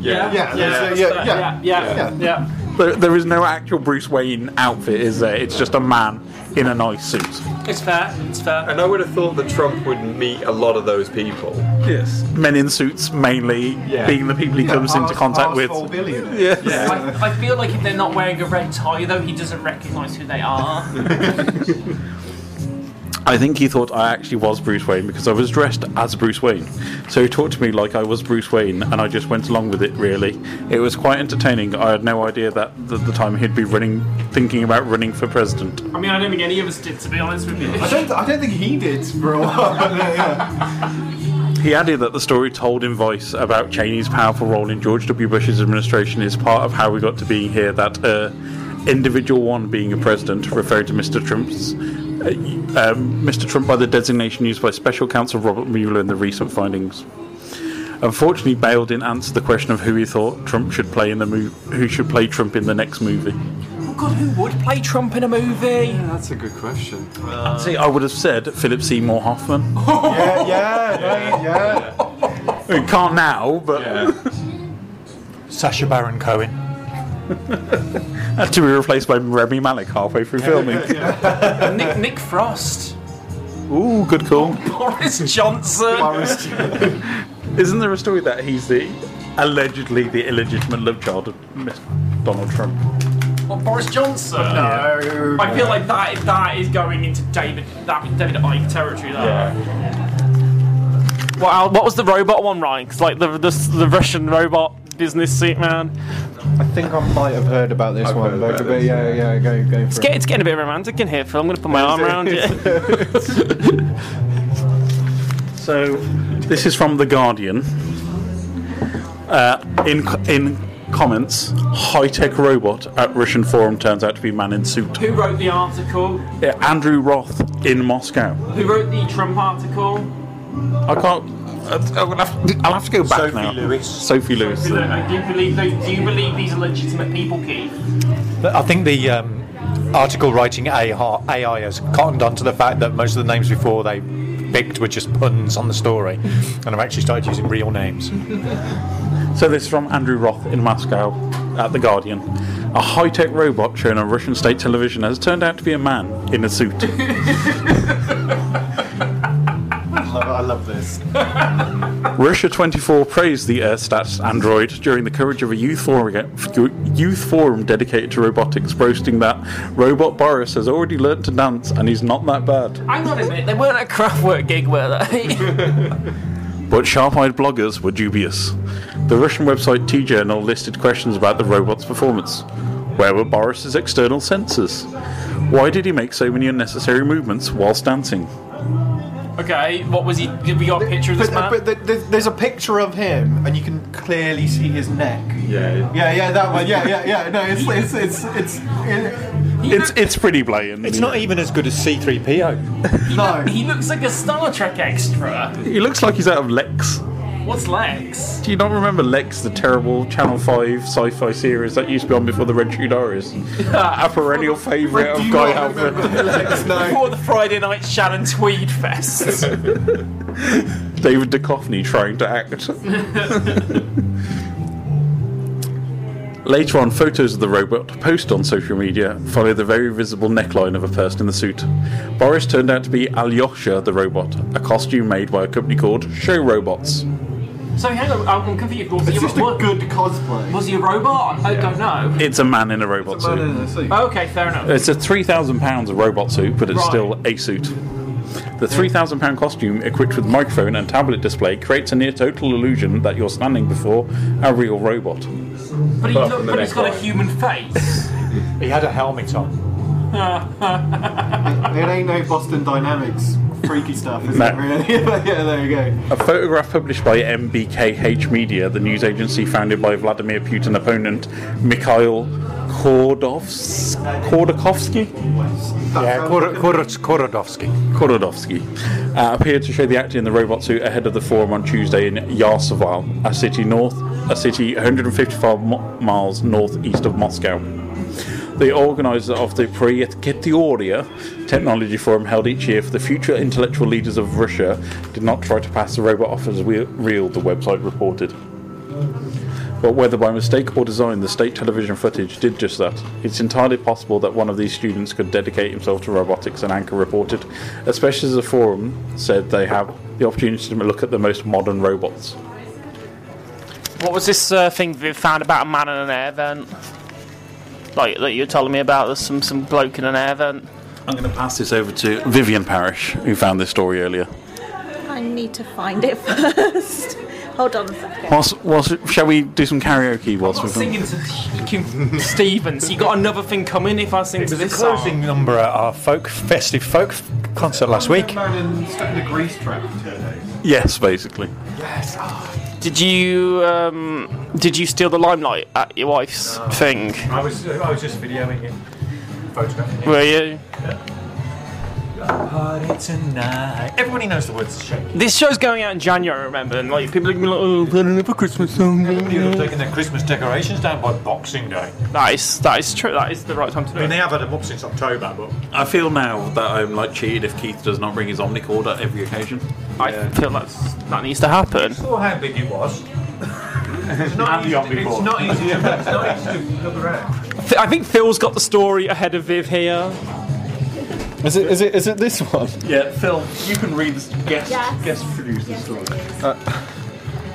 Speaker 24: Yeah.
Speaker 26: Yeah. Yeah.
Speaker 24: yeah,
Speaker 26: Yeah. Yeah. Yeah.
Speaker 8: There, there is no actual Bruce Wayne outfit, is there? It's just a man in a nice suit.
Speaker 26: It's fair. It's fair.
Speaker 24: And I would have thought that Trump would meet a lot of those people.
Speaker 8: Yes. Men in suits, mainly
Speaker 24: Yeah.
Speaker 8: being the people he
Speaker 24: Yeah,
Speaker 8: comes into
Speaker 24: arse-
Speaker 8: contact with.
Speaker 24: arsehole billionaires.
Speaker 8: Yes.
Speaker 26: I, I feel like if they're not wearing a red tie, though, he doesn't recognise who they are.
Speaker 8: I think he thought I actually was Bruce Wayne because I was dressed as Bruce Wayne. So he talked to me like I was Bruce Wayne, and I just went along with it. Really, it was quite entertaining. I had no idea that at the time he'd be running, thinking about running for president.
Speaker 26: I mean, I don't think any of us did, to be honest with you.
Speaker 8: I don't-
Speaker 26: I don't think he did, bro.
Speaker 8: He added that the story told in voice about Cheney's powerful role in George W. Bush's administration is part of how we got to being here. That uh, individual one being a president, referring to Mr. Trump's. Uh, um, Mr. Trump by the designation used by Special Counsel Robert Mueller in the recent findings. Unfortunately, Bale didn't answer the question of who he thought Trump should play in the mo- who should play Trump in the next movie.
Speaker 26: oh God, who would play Trump in a movie?
Speaker 24: That's a good question.
Speaker 8: See, I would have said Philip Seymour Hoffman.
Speaker 24: yeah, yeah, yeah.
Speaker 8: We can't now, but
Speaker 12: Sasha Baron Cohen.
Speaker 8: had to be replaced by Remy Malik halfway through filming.
Speaker 26: Nick Nick Frost,
Speaker 8: Ooh, good call.
Speaker 26: Boris Johnson.
Speaker 8: Isn't there a story that he's the allegedly the illegitimate love child of Mr. Donald Trump?
Speaker 26: What, Boris Johnson?
Speaker 8: No.
Speaker 26: I feel like that that is going into David that David Icke territory. That.
Speaker 10: What, al- what was the robot one, Ryan? 'Cause, like the, the the Russian robot business suit man.
Speaker 27: I think I might have heard about this one, but,
Speaker 10: about
Speaker 27: but
Speaker 10: this.
Speaker 27: yeah, yeah, go, go for
Speaker 10: It's,
Speaker 27: it.
Speaker 10: get, it's getting a bit romantic in here, Phil. I'm going to put my
Speaker 27: Is
Speaker 10: arm
Speaker 27: it?
Speaker 10: around you.
Speaker 8: So, this is from The Guardian. Uh, in in comments, high tech robot at Russian forum turns out to be man in suit.
Speaker 26: Who wrote the article?
Speaker 8: Uh, Andrew Roth in Moscow.
Speaker 26: Who wrote the Trump article?
Speaker 8: I can't. uh, I'll have, I'll have to go back Sophie now. Lewis. Sophie Lewis.
Speaker 26: Do you- do you believe they, do you believe these are legitimate people, Keith?
Speaker 12: But I think the um, article writing AI, AI has cottoned on to the fact that most of the names before they picked were just puns on the story, and I've actually started using real names.
Speaker 8: So this is from Andrew Roth in Moscow at The Guardian. A high-tech robot shown on Russian state television has turned out to be a man in a suit.
Speaker 12: I love, I love this.
Speaker 8: Russia 24 praised the Earthstats android during the coverage of a youth forum, youth forum dedicated to robotics, boasting that robot Boris has already learnt to dance and he's not that bad.
Speaker 10: Hang on a minute, they weren't at a craftwork gig, were they?
Speaker 8: But sharp-eyed bloggers were dubious. The Russian website T-Journal listed questions about the robot's performance. Where were Boris's external sensors? Why did he make so many unnecessary movements whilst dancing?
Speaker 10: Okay, what was he? Did we got a picture of this man?
Speaker 27: But th- th- there's a picture of him, and you can clearly see his neck.
Speaker 24: Yeah.
Speaker 27: Yeah, yeah, that one. Yeah, yeah, yeah. No, it's it's it's it's.
Speaker 28: It's it's pretty blatant.
Speaker 12: It's not even as good as C3PO.
Speaker 10: no. He looks like a Star Trek extra.
Speaker 8: He looks like he's out of Lex.
Speaker 10: What's Lex?
Speaker 8: Do you not remember Lex, the terrible Channel 5 sci fi series that used to be on before the Red Shoe Doris? a perennial favourite of Guy Halpern.
Speaker 10: Before the Friday night Shannon Tweed fest.
Speaker 8: David Duchovny trying to act. Later on, photos of the robot posted on social media follow the very visible neckline of a person in the suit. Boris turned out to be Alyosha the robot, a costume made by a company called Show Robots.
Speaker 10: so hang on, I'm confused. Was he a, what,
Speaker 27: good cosplay.
Speaker 10: Was he a robot? I don't know. Oh,
Speaker 8: It's a man in a robot suit.
Speaker 10: Okay, fair enough.
Speaker 8: It's a three thousand pounds robot suit, but it's
Speaker 10: Right.
Speaker 8: still a suit. The three thousand pound costume, equipped with microphone and tablet display, creates a near total illusion that you're standing before a real robot.
Speaker 10: But, he
Speaker 8: Apart
Speaker 10: look,
Speaker 8: from the
Speaker 10: but he's got a
Speaker 8: neckline.
Speaker 10: human face.
Speaker 12: He had a helmet on.
Speaker 27: It ain't no Boston Dynamics freaky stuff, is
Speaker 8: No.
Speaker 27: it? Really? But yeah, there you go.
Speaker 8: A photograph published by MBKH Media, the news agency founded by Vladimir Putin opponent Mikhail Kordovs- Kordakovsky?
Speaker 12: Yeah, Kor- Kor- Korodovsky.
Speaker 8: Korodovsky uh, appeared to show the actor in the robot suit ahead of the forum on Tuesday in Yarsaval, a city north, a city 155 mo- miles northeast of Moscow. The organizer of the Priyetketioria Technology Forum held each year for the future intellectual leaders of Russia did not try to pass the robot off as we- real, the website reported. But whether by mistake or design, the state television footage did just that. It's entirely possible that one of these students could dedicate himself to robotics, and Anchor reported, especially as the forum said they have the opportunity to look at the most modern robots.
Speaker 10: What was this uh, thing we found about a man in an air vent? Like that you were telling me about? There's some some bloke in an air vent.
Speaker 8: I'm going to pass this over to Vivian Parish, who found this story earlier.
Speaker 25: I need to find it first. Hold on a second.
Speaker 8: Whilst, whilst, shall we do some karaoke whilst
Speaker 10: I'm
Speaker 8: we're
Speaker 10: not singing to fucking Stevens. You got another thing coming if I sing to this song.
Speaker 12: Closing number at our folk festive folk concert last week.
Speaker 27: grease trap.
Speaker 8: Yes, basically.
Speaker 10: Did you um, did you steal the limelight at your wife's thing?
Speaker 12: I was I was just videoing it. Photographing it.
Speaker 10: Were you?
Speaker 12: Party tonight. Everybody knows the words to shake.
Speaker 10: This show's going out in January, remember? And like people are gonna be like, oh, planning it for Christmas song.
Speaker 12: People have taken their Christmas decorations down by Boxing Day.
Speaker 10: That is that is true. That is the right time to do
Speaker 12: I mean, they have had them up since October, but
Speaker 8: I feel now that I'm like cheated if Keith does not bring his Omnicord at every occasion.
Speaker 10: I feel that's, that needs to happen.
Speaker 12: saw how big it was. It's not, easy, to, it's not easy to it's not easy to look around.
Speaker 10: Th- I think Phil's got the story ahead of Viv here.
Speaker 27: Is it is it is it this one?
Speaker 8: Yeah, Phil, you can read this. Guess, guess produce the story.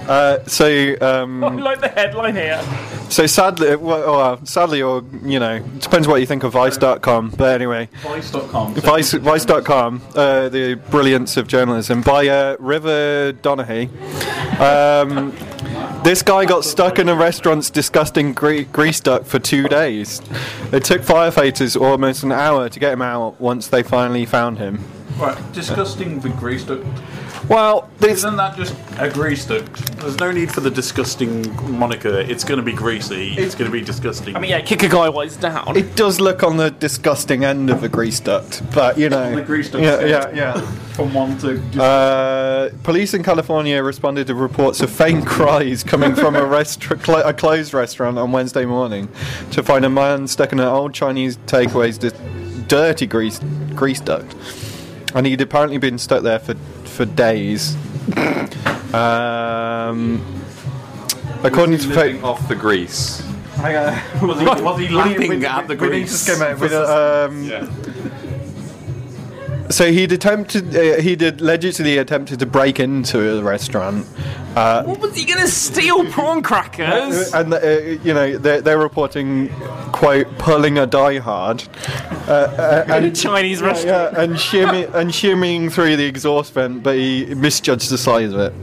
Speaker 27: Uh, so um,
Speaker 10: like the headline here.
Speaker 27: so sadly, uh, well, oh, well, sadly, or you know, depends what you think of Vice.com. But anyway,
Speaker 8: Vice.com.
Speaker 27: Vice, Vice.com, uh, the brilliance of journalism by uh, River Donaghy. Um, this guy got stuck in a restaurant's disgusting gre- grease duck for two days. It took firefighters almost an hour to get him out once they finally found him.
Speaker 8: Right, disgusting with grease duct.
Speaker 27: Well,
Speaker 8: isn't that just a grease duct? There's no need for the disgusting moniker. It's going to be greasy. It's, going to be disgusting.
Speaker 10: I mean, yeah, kick a guy while he's down.
Speaker 27: It does look on the disgusting end of a grease duct, but you know.
Speaker 8: the grease duct.
Speaker 27: Yeah,
Speaker 8: scale.
Speaker 27: yeah, yeah.
Speaker 8: From one to.
Speaker 27: Uh, police in California responded to reports of faint cries coming from a, restra- clo- a closed restaurant on Wednesday morning to find a man stuck in an old Chinese takeaway's dis- dirty grease grease duct, and he'd apparently been stuck there for for days. um, according to fa-
Speaker 24: Living off the grease.
Speaker 27: Hang
Speaker 2: uh,
Speaker 27: on.
Speaker 8: Was he- was he lapping at
Speaker 27: we
Speaker 8: the
Speaker 27: need to
Speaker 8: grease?
Speaker 27: skim it. We
Speaker 8: Was
Speaker 27: don't-
Speaker 2: uh,
Speaker 27: um, So he'd attempted. Uh, he did allegedly attempted to break into the restaurant. Uh,
Speaker 10: What was he gonna steal prawn crackers?
Speaker 27: and uh, you know they're, they're reporting quote pulling a die hard uh, uh,
Speaker 10: In a Chinese
Speaker 27: yeah,
Speaker 10: restaurant.
Speaker 27: yeah, and shimmy and shimmying through the exhaust vent but he misjudged the size of it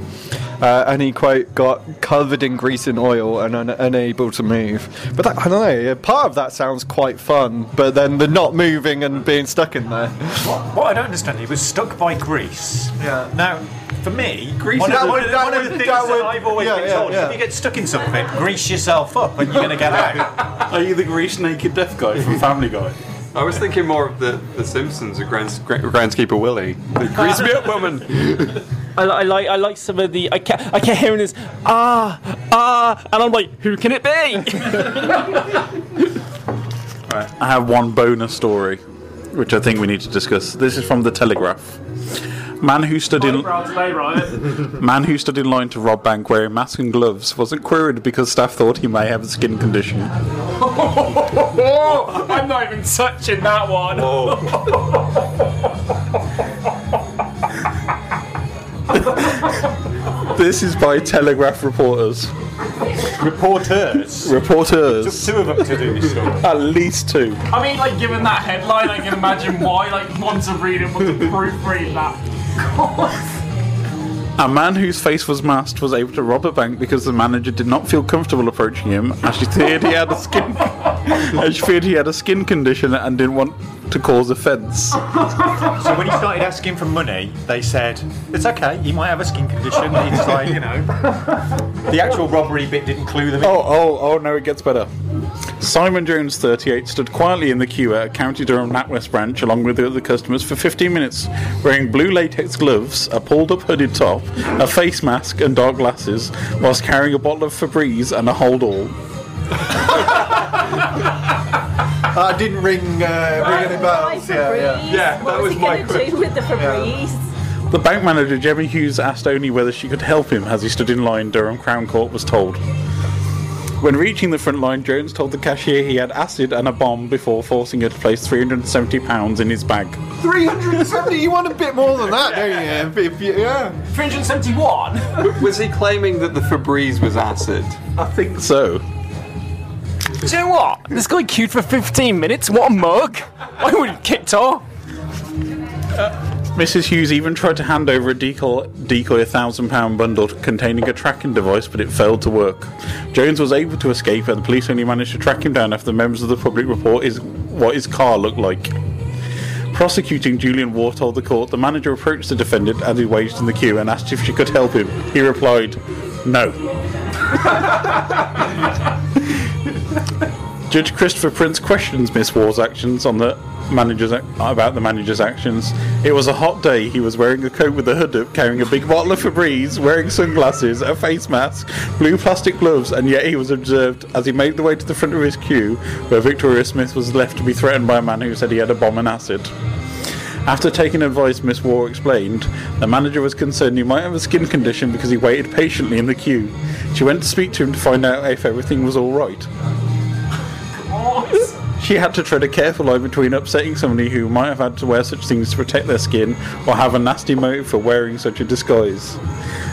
Speaker 29: uh, and he quote got covered in grease and oil and un- unable to move. But that, I don't know part of that sounds quite fun, but then the not moving and being stuck in there.
Speaker 2: What I don't understand, he was stuck by grease. Yeah. Now,
Speaker 30: uh,
Speaker 2: for me, grease
Speaker 29: Well,
Speaker 2: is
Speaker 29: that
Speaker 2: one,
Speaker 29: would-
Speaker 2: of the,
Speaker 29: that
Speaker 2: one of
Speaker 29: would-
Speaker 2: the things
Speaker 29: that
Speaker 2: that,
Speaker 29: would-
Speaker 2: I've always
Speaker 29: yeah,
Speaker 2: been
Speaker 29: yeah,
Speaker 2: told.
Speaker 29: yeah.
Speaker 2: If you get stuck in something, grease yourself up and you're going to get out.
Speaker 31: Are you the grease naked deaf guy from Family Guy?
Speaker 9: I was thinking more of the, the Simpsons, the grounds, gra- groundskeeper Willie. The grease me up, woman.
Speaker 10: I, li- I like I like some of the I kept I kept hearing this ah ah and I'm like who can it be?
Speaker 8: I have one bonus story, which I think we need to discuss. This is from the Telegraph. Man who stood in
Speaker 30: today, right?
Speaker 8: man who stood in line to rob bank wearing mask and gloves wasn't queried because staff thought he may have a skin condition.
Speaker 10: I'm not even touching that one.
Speaker 8: This is by Telegraph reporters.
Speaker 2: Reporters.
Speaker 8: Reporters.
Speaker 2: Took two of them to do this story.
Speaker 8: At least two.
Speaker 30: I mean, like, given that headline, I can imagine why, like, want to read it, want to proofread that.
Speaker 8: A man whose face was masked was able to rob a bank because the manager did not feel comfortable approaching him, as she feared he had a skin, as she feared he had a skin condition and didn't want to cause offence.
Speaker 2: so when he started asking for money, they said, it's okay, you might have a skin condition. It's like, you know. The actual robbery bit didn't clue them in.
Speaker 8: Oh, oh, oh, no, it gets better. Simon Jones, 38, stood quietly in the queue at County Durham NatWest branch along with the other customers for 15 minutes, wearing blue latex gloves, a pulled up hooded top, a face mask, and dark glasses, whilst carrying a bottle of Febreze and a hold all.
Speaker 29: I didn't ring uh, ring any bells. Yeah, yeah,
Speaker 9: yeah.
Speaker 32: What was he going to do with the Febreze?
Speaker 8: The bank manager, Jemmy Hughes, asked only whether she could help him as he stood in line, Durham Crown Court was told. When reaching the front line, Jones told the cashier he had acid and a bomb before forcing her to place £370 in his bag.
Speaker 29: 370. You want a bit more than that, don't you? If you- yeah.
Speaker 30: 371.
Speaker 9: was he claiming that the Febreze was acid?
Speaker 8: I think so.
Speaker 10: Do you know what? This guy queued for 15 minutes. What a mug! I would have kicked off.
Speaker 8: Mrs. Hughes even tried to hand over a decoy, decoy £1,000 bundle containing a tracking device, but it failed to work. Jones was able to escape, and the police only managed to track him down after the members of the public report is what his car looked like. Prosecuting Julian War told the court the manager approached the defendant as he waited in the queue and asked if she could help him. He replied, No. Judge Christopher Prince questions Miss Waugh's actions on the manager's ac- about the manager's actions. It was a hot day. He was wearing a coat with a hood up, carrying a big bottle of Febreze, wearing sunglasses, a face mask, blue plastic gloves, and yet he was observed as he made the way to the front of his queue, where Victoria Smith was left to be threatened by a man who said he had a bomb and acid. After taking advice, Miss War explained, the manager was concerned he might have a skin condition because he waited patiently in the queue. She went to speak to him to find out if everything was alright. She had to tread a careful line between upsetting somebody who might have had to wear such things to protect their skin or have a nasty motive for wearing such a disguise.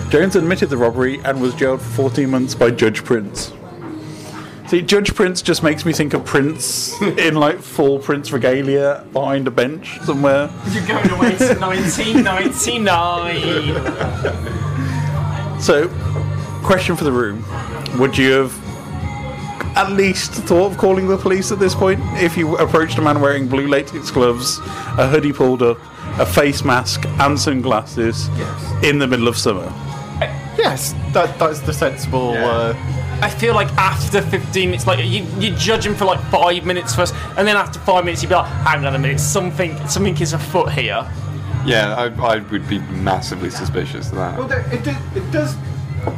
Speaker 8: Jones admitted the robbery and was jailed for 14 months by Judge Prince. See, Judge Prince just makes me think of Prince in like full Prince regalia behind a bench somewhere.
Speaker 30: You're going away to 1999.
Speaker 8: So, question for the room: Would you have at least thought of calling the police at this point if you approached a man wearing blue latex gloves, a hoodie pulled up, a face mask, and sunglasses in the middle of summer?
Speaker 29: Yes, that that's the sensible. Uh,
Speaker 10: I feel like after 15 minutes, like you, you judge him for like five minutes first, and then after five minutes, you'd be like, hang on a minute, something something is afoot here.
Speaker 9: Yeah, I, I would be massively suspicious of that.
Speaker 29: well, it, do- it does.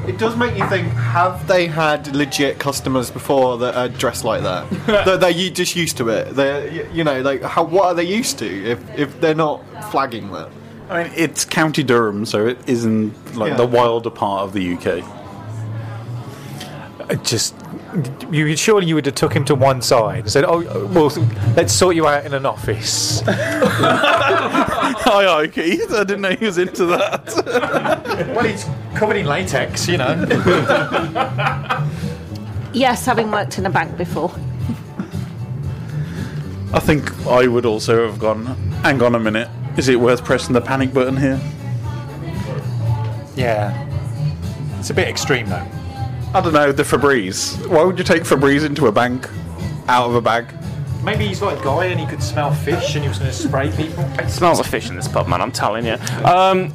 Speaker 29: It does make you think: Have they had legit customers before that are dressed like that? they're, they're u- just used to it. They, are you know, like how, what are they used to if if they're not flagging that?
Speaker 8: I mean, it's County Durham, so it isn't like
Speaker 29: Yeah.
Speaker 8: the wilder part of the UK.
Speaker 2: I just you surely you would have took him to one side and said, "Oh, well, let's sort you out in an office."
Speaker 8: Hi, hi, Keith. I didn't know he was into that.
Speaker 2: well, he's covered in latex, you know.
Speaker 32: Yes, having worked in a bank before.
Speaker 8: I think I would also have gone. Hang on a minute. Is it worth pressing the panic button here?
Speaker 2: yeah. It's a bit extreme, though.
Speaker 8: I don't know, the Febreze. Why would you take Febreze into a bank? Out of a bag?
Speaker 2: Maybe he's like a guy and he could smell fish and he was going to spray people.
Speaker 10: It smells of fish in this pub, man. I'm telling you. Um,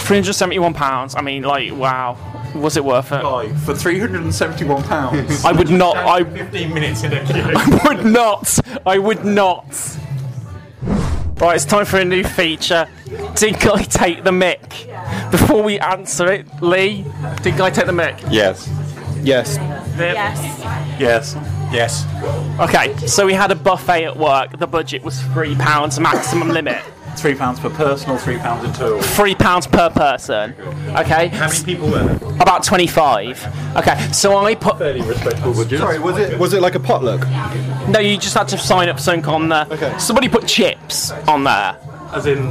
Speaker 10: three hundred seventy-one pounds. I mean, like, wow. Was it worth
Speaker 30: Oh.
Speaker 10: it?
Speaker 8: for three hundred and seventy-one pounds.
Speaker 10: I would not. I
Speaker 33: fifteen minutes in a queue.
Speaker 10: I would not. I would not. Right, it's time for a new feature. Did I take the mic? Before we answer it, Lee, did I take the mic?
Speaker 8: Yes. Yes.
Speaker 34: Yes.
Speaker 8: Yes. Yes.
Speaker 10: Okay, so we had a buffet at work. The budget was three pounds maximum limit.
Speaker 35: Three pounds per person or three pounds in total?
Speaker 10: Three pounds per person. Okay. How
Speaker 35: many people were there?
Speaker 10: About twenty-five. Okay, so I put. Fairly
Speaker 8: respectable budget. Sorry, was it was it like a potluck?
Speaker 10: No, you just had to sign up something on there. Okay. Somebody put chips on there.
Speaker 35: As in,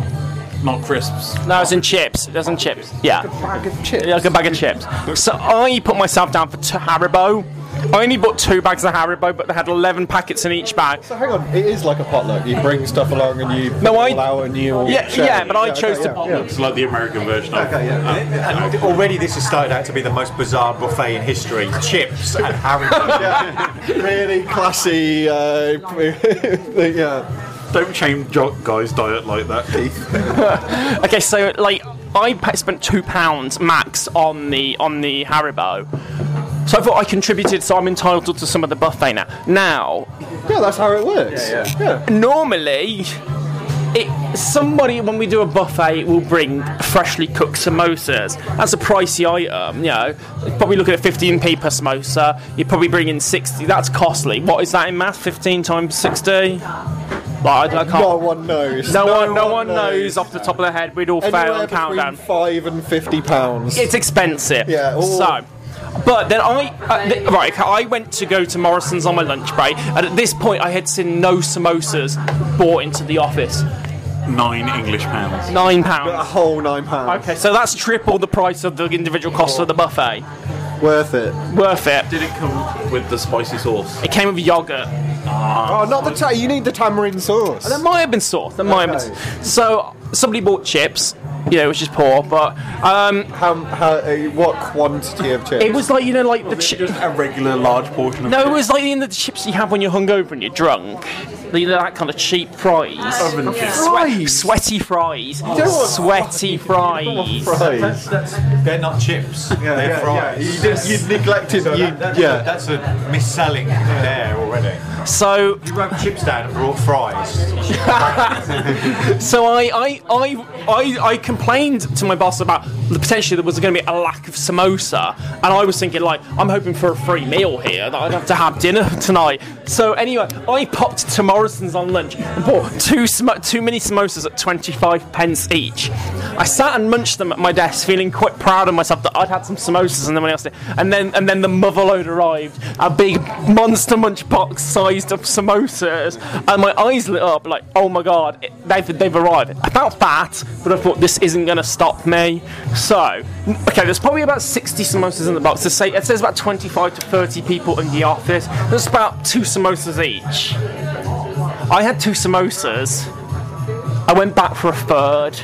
Speaker 35: not crisps.
Speaker 10: No, it's in chips. It was in chips. Yeah. Like a
Speaker 8: bag of chips.
Speaker 10: Like a bag of chips. So I put myself down for two Haribo. I only bought two bags of Haribo, but they had 11 packets in each bag.
Speaker 8: So hang on, it is like a potluck. You bring stuff along and you
Speaker 10: No, I-
Speaker 8: allow and you all
Speaker 10: Yeah,
Speaker 8: share.
Speaker 10: yeah, but I chose to-
Speaker 3: It's like the American version of.
Speaker 2: Okay, yeah. And already this has started out to be the most bizarre buffet in history. Chips and Haribo.
Speaker 8: really classy. Uh, yeah.
Speaker 3: Don't change jo- guys' diet like that, Keith.
Speaker 10: okay, so like I pa- spent two pounds max on the on the Haribo. So I thought I contributed, so I'm entitled to some of the buffet now. Now,
Speaker 8: Yeah, that's how it works. Yeah, yeah.
Speaker 10: normally, it somebody when we do a buffet will bring freshly cooked samosas. That's a pricey item, you know. Probably looking at 15p per samosa. You're probably bringing 60. That's costly. What is that in math? 15 times 60. Like, I, I can't.
Speaker 8: No one knows.
Speaker 10: No, one, no one knows off the top of their head. We'd all fail
Speaker 8: Anywhere
Speaker 10: on countdown.
Speaker 8: between five and fifty pounds.
Speaker 10: It's expensive.
Speaker 8: Yeah, or-
Speaker 10: So, but then I uh, th- right. okay, I went to go to Morrison's on my lunch break, and at this point, I had seen no samosas bought into the office.
Speaker 6: Nine English pounds.
Speaker 10: Nine pounds.
Speaker 8: A whole nine pounds.
Speaker 10: Okay, so that's triple the price of the individual cost of the buffet.
Speaker 8: Worth it.
Speaker 10: Worth it.
Speaker 6: Did it come with the spicy sauce?
Speaker 10: It came with yogurt.
Speaker 8: Oh, not the ta- you need the tamarind sauce.
Speaker 10: There might have been sauce. There might have been. So somebody bought chips, you know, which is poor, but um,
Speaker 8: how, how uh, what quantity of chips?
Speaker 10: it was like you know, like the chips.
Speaker 6: A regular large portion of
Speaker 10: No, it was like in the chips you have when you're hungover and you're drunk. The- That kind of cheap fries.
Speaker 6: Oven fries.
Speaker 10: Swe- sweaty fries.
Speaker 8: don't want
Speaker 10: Sweaty fries.
Speaker 8: fries.
Speaker 2: They're not chips. they're
Speaker 8: yeah,
Speaker 2: fries.
Speaker 8: yeah. You just- you neglected-
Speaker 2: So
Speaker 8: you-
Speaker 2: that- that's,
Speaker 8: yeah.
Speaker 2: that's a misselling there already.
Speaker 10: So
Speaker 2: you wrote chips down and brought fries.
Speaker 10: So I, I, I, I, I complained to my boss about the potentially there was going to be a lack of samosa, and I was thinking like I'm hoping for a free meal here that I'd have to have dinner tonight. So anyway, I popped to Morrison's on lunch and bought two smo- two mini samosas at 25 pence each. I sat and munched them at my desk, feeling quite proud of myself that I'd had some samosas and then else did. And then and then the motherload arrived, a big monster munch box sized of samosas, and my eyes lit up like, oh my god, it- they've, they've arrived. I felt fat, but I thought this isn't going to stop me. So, n- okay, there's probably about 60 samosas in the box. It say- it says about 25 to 30 people in the office. There's about two samosas each. I had two samosas. I went back for a third.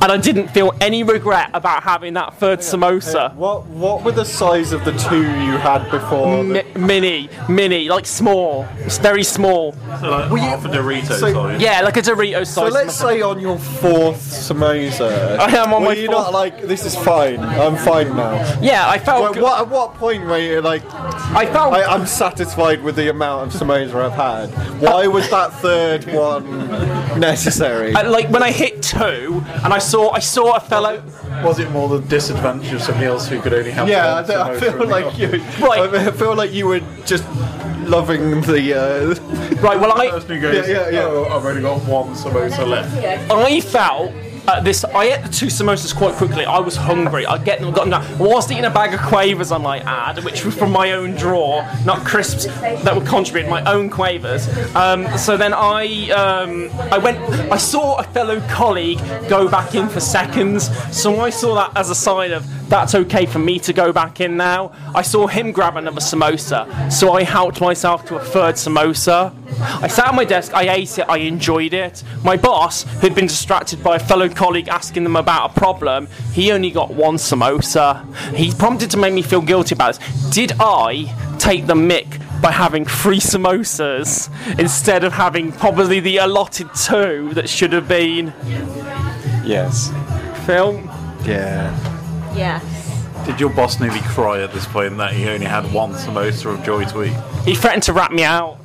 Speaker 10: And I didn't feel any regret about having that third samosa.
Speaker 8: What what were the size of the two you had before? the-
Speaker 10: Mi- mini, mini, like small. It's very small.
Speaker 6: So like half a Dorito
Speaker 8: so-
Speaker 6: size.
Speaker 10: Yeah, like a Dorito size.
Speaker 8: so let's say on your fourth samosa,
Speaker 10: I am on
Speaker 8: were
Speaker 10: my
Speaker 8: you
Speaker 10: fourth-
Speaker 8: not like this is fine? I'm fine now.
Speaker 10: Yeah, I felt.
Speaker 8: Like, what, at what point were you like?
Speaker 10: I felt.
Speaker 8: I, I'm satisfied with the amount of samosa I've had. Why was that third one necessary?
Speaker 10: I- like when I hit two, and I saw, I saw a fellow.
Speaker 6: Was it more the disadvantage of somebody else who could only have
Speaker 8: Yeah, I,
Speaker 6: one
Speaker 8: don't- I
Speaker 6: samosa
Speaker 8: feel
Speaker 6: and
Speaker 8: like you.
Speaker 10: Right.
Speaker 8: I feel like you were just loving the. Uh,
Speaker 10: Right. Well, I.
Speaker 6: Person who goes,
Speaker 8: Yeah, yeah, yeah.
Speaker 6: "Oh, I've only got one samosa left.
Speaker 10: I felt at this. I ate the two samosas quite quickly. I was hungry. I get them, got them down. Whilst eating a bag of quavers, I might add, which were from my own drawer, not crisps that were contributed, my own quavers. Um, so then I, um, I went. I saw a fellow colleague go back in for seconds. So I saw that as a sign of That's okay for me to go back in now. I saw him grab another samosa, so I helped myself to a third samosa. I sat at my desk, I ate it, I enjoyed it. My boss, who'd been distracted by a fellow colleague asking them about a problem, he only got one samosa. He prompted to make me feel guilty about this. Did I take the mick by having three samosas instead of having probably the allotted two that should have been?
Speaker 8: Yes.
Speaker 10: Phil?
Speaker 8: Yeah.
Speaker 36: Yes.
Speaker 2: oh, Did your boss nearly cry at this point that he only had one samosa of joy to eat?
Speaker 10: He threatened to rat me out.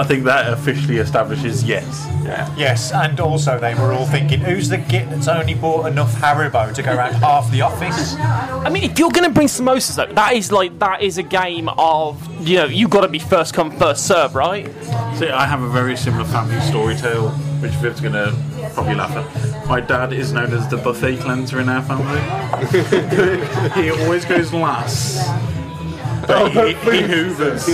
Speaker 2: I think that officially establishes yes.
Speaker 6: Yeah. Yes, and also they were all thinking, who's the git that's only bought enough Haribo to go around half the office?
Speaker 10: I mean, if you're going to bring samosas, though, that is like that is a game of you know you got to be first come first serve, right?
Speaker 2: See, I have a very similar family story tale, which Viv's gonna probably laugh at. My dad is known as the buffet cleanser in our family. he always goes last. But he, he hoovers.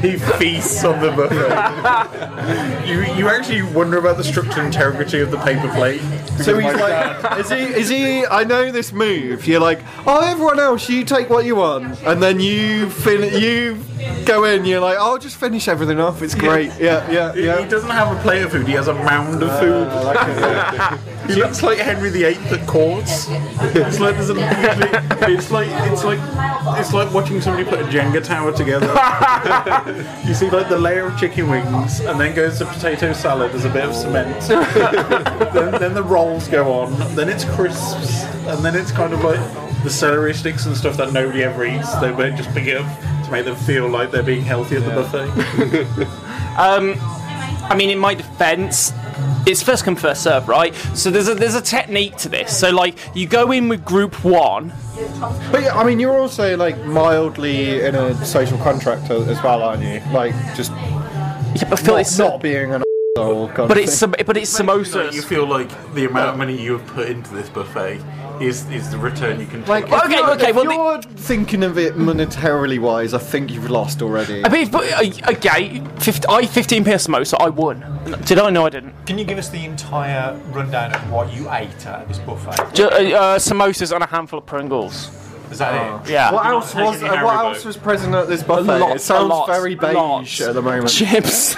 Speaker 2: he feasts on the buffet. you, you actually wonder about the structure and integrity of the paper plate.
Speaker 8: So he's like, is he? Is he? I know this move. You're like, oh, everyone else, you take what you want, and then you fin- you go in. You're like, I'll just finish everything off. It's great. Yeah, yeah,
Speaker 2: He-
Speaker 8: yeah.
Speaker 2: He doesn't have a plate of food, he has a mound of food. he looks like Henry VIII at court. It's like there's a it's like it's like it's like watching somebody put a Jenga tower together. you see like the layer of chicken wings and then goes the potato salad, there's a bit of cement. then, then the rolls go on, then it's crisps, and then it's kind of like the celery sticks and stuff that nobody ever eats, they won't just pick it up to make them feel like they're being healthy at the buffet.
Speaker 10: Um, I mean, in my defence, it's first come first serve, right? So there's a there's a technique to this. So like you go in with group one.
Speaker 8: But yeah, I mean, you're also like mildly in a social contract a- as well, aren't you? Like just not, not being an asshole. kind of thing.
Speaker 10: but it's
Speaker 2: samosas. you feel like the amount of money you have put into this buffet is is the return you can take.
Speaker 8: Like, if you're, if you're thinking of it monetarily wise, I think you've lost already.
Speaker 10: I mean, but, uh, okay, 50, I 15 p samosa, I won. Did I? No, I didn't.
Speaker 6: Can you give us the entire rundown of what you ate at this buffet?
Speaker 10: Ju- uh, uh, samosas and a handful of Pringles.
Speaker 6: Is that it?
Speaker 10: Yeah.
Speaker 8: What else was uh, what else was present at this buffet?
Speaker 10: lot,
Speaker 8: it sounds
Speaker 10: lots,
Speaker 8: very beige
Speaker 10: lots.
Speaker 8: at the moment.
Speaker 10: Chips.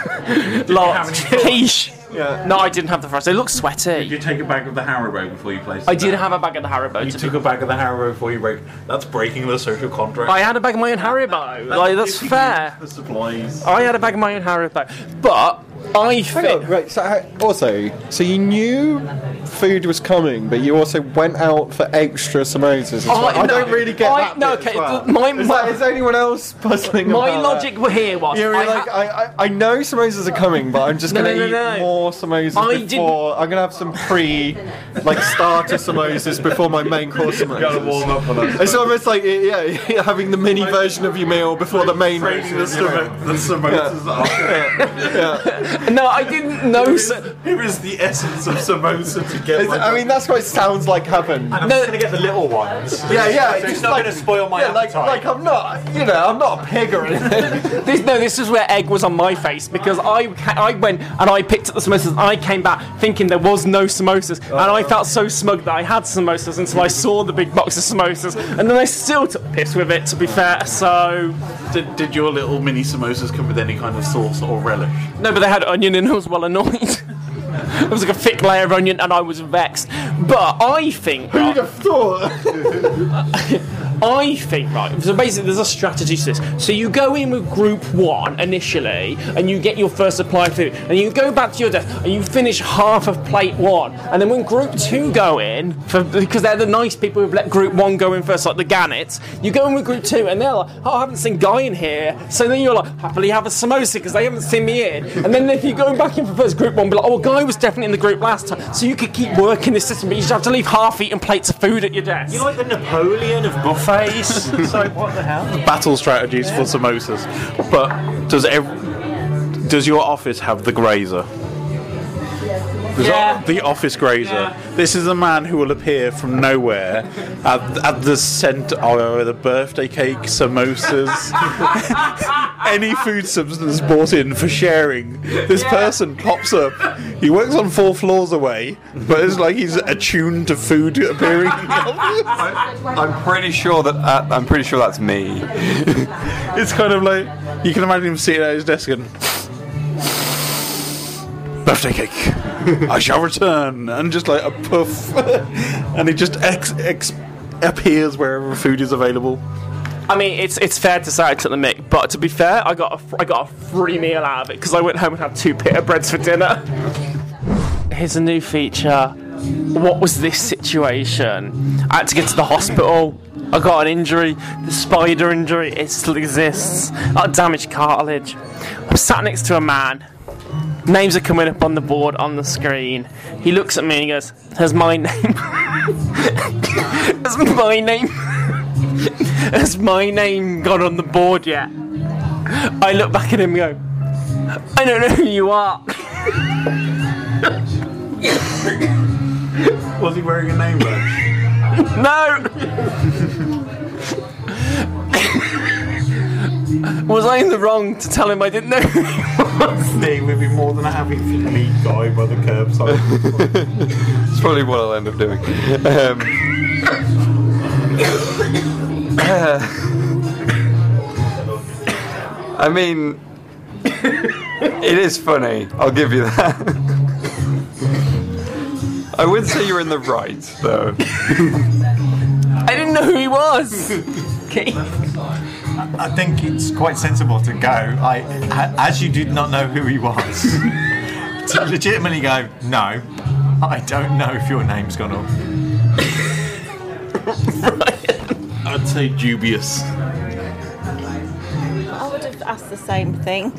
Speaker 10: Lots. Quiche. No, I didn't have the fries. They look sweaty.
Speaker 2: Did you take a bag of the Haribo before you placed?
Speaker 10: I did have a bag of the Haribo.
Speaker 2: You took a bag of the Haribo before you broke. That's breaking the social contract.
Speaker 10: I had a bag of my own Haribo. like, that's fair.
Speaker 2: The supplies.
Speaker 10: I had a bag of my own Haribo. But I
Speaker 8: Hang on, right, so how- also, so you knew food was coming, but you also went out for extra samosas. As well. I don't really get
Speaker 10: I-
Speaker 8: that.
Speaker 10: No,
Speaker 8: bit as
Speaker 10: okay.
Speaker 8: well.
Speaker 10: th- My,
Speaker 8: is,
Speaker 10: my-
Speaker 8: that- is anyone else puzzling?
Speaker 10: My
Speaker 8: about
Speaker 10: logic
Speaker 8: that?
Speaker 10: here was
Speaker 8: You're
Speaker 10: I
Speaker 8: like, I, I, I know samosas are coming, but I'm just
Speaker 10: No,
Speaker 8: gonna
Speaker 10: no, no,
Speaker 8: eat
Speaker 10: no.
Speaker 8: more samosas
Speaker 10: I didn't-
Speaker 8: before. I'm gonna have some pre, like starter samosas before my main course samosas.
Speaker 2: Gotta warm up on that.
Speaker 8: It's almost like yeah, yeah, having the mini version of your meal before the main. version
Speaker 2: the
Speaker 8: of your meal.
Speaker 2: stomach- the samosas
Speaker 10: No, I didn't know.
Speaker 2: Here is the essence of samosa to get.
Speaker 8: It's- I mean, that's what it sounds like heaven.
Speaker 6: I'm just going to get the little ones.
Speaker 8: Yeah, yeah.
Speaker 6: So it's not going to spoil my
Speaker 8: yeah, like,
Speaker 6: appetite.
Speaker 8: like I'm not, you know, I'm not a pig or anything.
Speaker 10: This, no, this is where egg was on my face because I ca- I went and I picked up the samosas and I came back thinking there was no samosas and I felt so smug that I had samosas until I saw the big box of samosas and then I still took piss with it. To be fair, so
Speaker 2: Did, did your little mini samosas come with any kind of sauce or relish?
Speaker 10: no, but they had onion and I was well annoyed. It was like a thick layer of onion, and I was vexed. But I think
Speaker 8: Who'd have thought?
Speaker 10: I think right. So basically, there's a strategy to this. So you go in with group one initially, and you get your first supply of food, and you go back to your desk, and you finish half of plate one, and then when group two go in, for, because they're the nice people who've let group one go in first, like the gannets. You go in with group two, and they're like, "Oh, I haven't seen Guy in here," so then you're like, "Happily have a samosa," because they haven't seen me in. And then if you go back in for first group one, be like, "Oh, well, Guy was definitely in the group last time," so you could keep working this system, but you just have to leave half-eaten plates of food at your desk.
Speaker 6: You're like the Napoleon of buffets. so what the hell?
Speaker 2: battle strategies for samosas. But does ev- does your office have the grazer?
Speaker 8: Yeah. The office grazer. This is a man who will appear from nowhere at, at the scent of the birthday cake, samosas, any food substance brought in for sharing. This person pops up. He works on four floors away, but it's like he's attuned to food appearing.
Speaker 9: I'm pretty sure that uh, I'm pretty sure that's me.
Speaker 8: it's kind of like you can imagine him sitting at his desk and birthday cake. I shall return, and just like a puff, and he just ex, ex appears wherever food is available.
Speaker 10: I mean, it's it's fair to say I took the mick, but to be fair, I got a, fr- I got a free meal out of it because I went home and had two pita breads for dinner. Here's a new feature. What was this situation? I had to get to the hospital. I got an injury. The spider injury. It still exists. I damaged cartilage. I'm sat next to a man. Names are coming up on the board on the screen. He looks at me and he goes, "Has my name? Has my name?" Has my name gone on the board yet? I look back at him and go, I don't know who you are.
Speaker 8: Was he wearing a name badge?
Speaker 10: no! was I in the wrong to tell him I didn't know who he was?
Speaker 8: They would be more than happy to meet Guy by the curbside.
Speaker 9: It's probably what I'll end up doing. Um, I mean, it is funny. I'll give you that. I would say you're in the right, though.
Speaker 10: I didn't know who he was. Okay.
Speaker 2: I think it's quite sensible to go. I, a- as you did not know who he was, to legitimately go. No, I don't know if your name's gone up.
Speaker 8: I'd say dubious.
Speaker 37: I would have asked the same thing.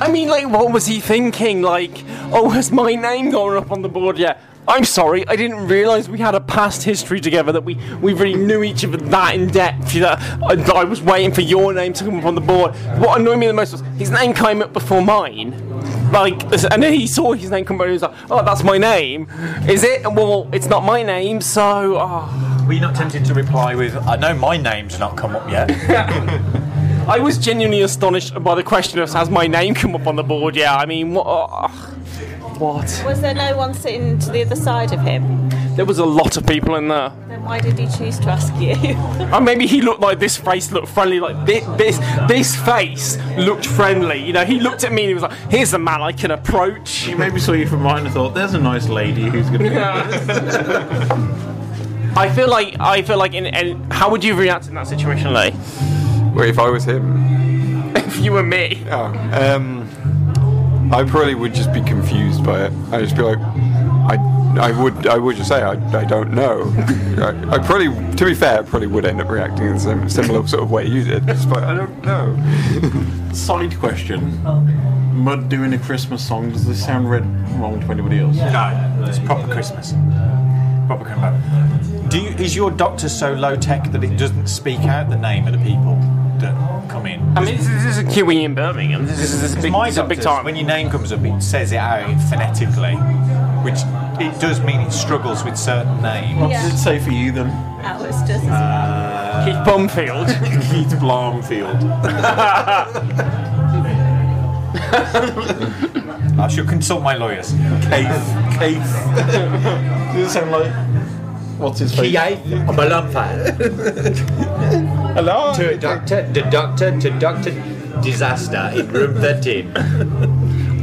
Speaker 10: I mean, like, what was he thinking? Like, oh, has my name gone up on the board yet? I'm sorry, I didn't realise we had a past history together, that we, we really knew each other that in depth, you know, I, that I was waiting for your name to come up on the board. What annoyed me the most was his name came up before mine. Like, and then he saw his name come up and he was like, oh, that's my name. Is it? Well, it's not my name, so. ah.
Speaker 2: Were you not tempted to reply with, I know my name's not come up yet?
Speaker 10: I was genuinely astonished by the question of, has my name come up on the board? Yeah, I mean, what? ah, what?
Speaker 37: Was there no one sitting to the other side of him?
Speaker 10: There was a lot of people in there.
Speaker 37: Then why did he choose to ask you?
Speaker 10: Or maybe he looked like this face looked friendly, like this, this, this face looked friendly. You know, he looked at me and he was like, here's a man I can approach.
Speaker 8: He maybe saw you from mine and thought, there's a nice lady who's going
Speaker 10: I feel like, I feel like, in, in, how would you react in that situation, Lee?
Speaker 9: Wait, if I was him,
Speaker 10: If you were me?
Speaker 9: um, I probably would just be confused by it. I'd just be like, I, I would, I would just say, I, I don't know. I, I probably, to be fair, I probably would end up reacting in the same similar sort of way you did. Just like, I don't know.
Speaker 8: Side question. Mud doing a Christmas song, does this sound red wrong to anybody else?
Speaker 2: No, it's proper Christmas. Proper combo. uh, Do you, is your doctor so low tech that it doesn't speak out the name of the people that come in?
Speaker 10: I mean, this is, this is a QE in Birmingham. This is, this is
Speaker 2: Because
Speaker 10: big,
Speaker 2: my
Speaker 10: this is a big
Speaker 2: doctor's,
Speaker 10: time.
Speaker 2: When your name comes up, it says it out phonetically, which it does mean it struggles with certain names.
Speaker 37: What does it
Speaker 8: say for you then?
Speaker 37: That was just.
Speaker 8: Uh,
Speaker 10: Keith Blomfield.
Speaker 8: Keith Blomfield.
Speaker 2: I should consult my lawyers.
Speaker 8: Keith. Keith. Does it sound like. What's his face?
Speaker 38: I'm a
Speaker 8: Hello?
Speaker 38: To doctor, to doctor, to doctor, disaster in room 13.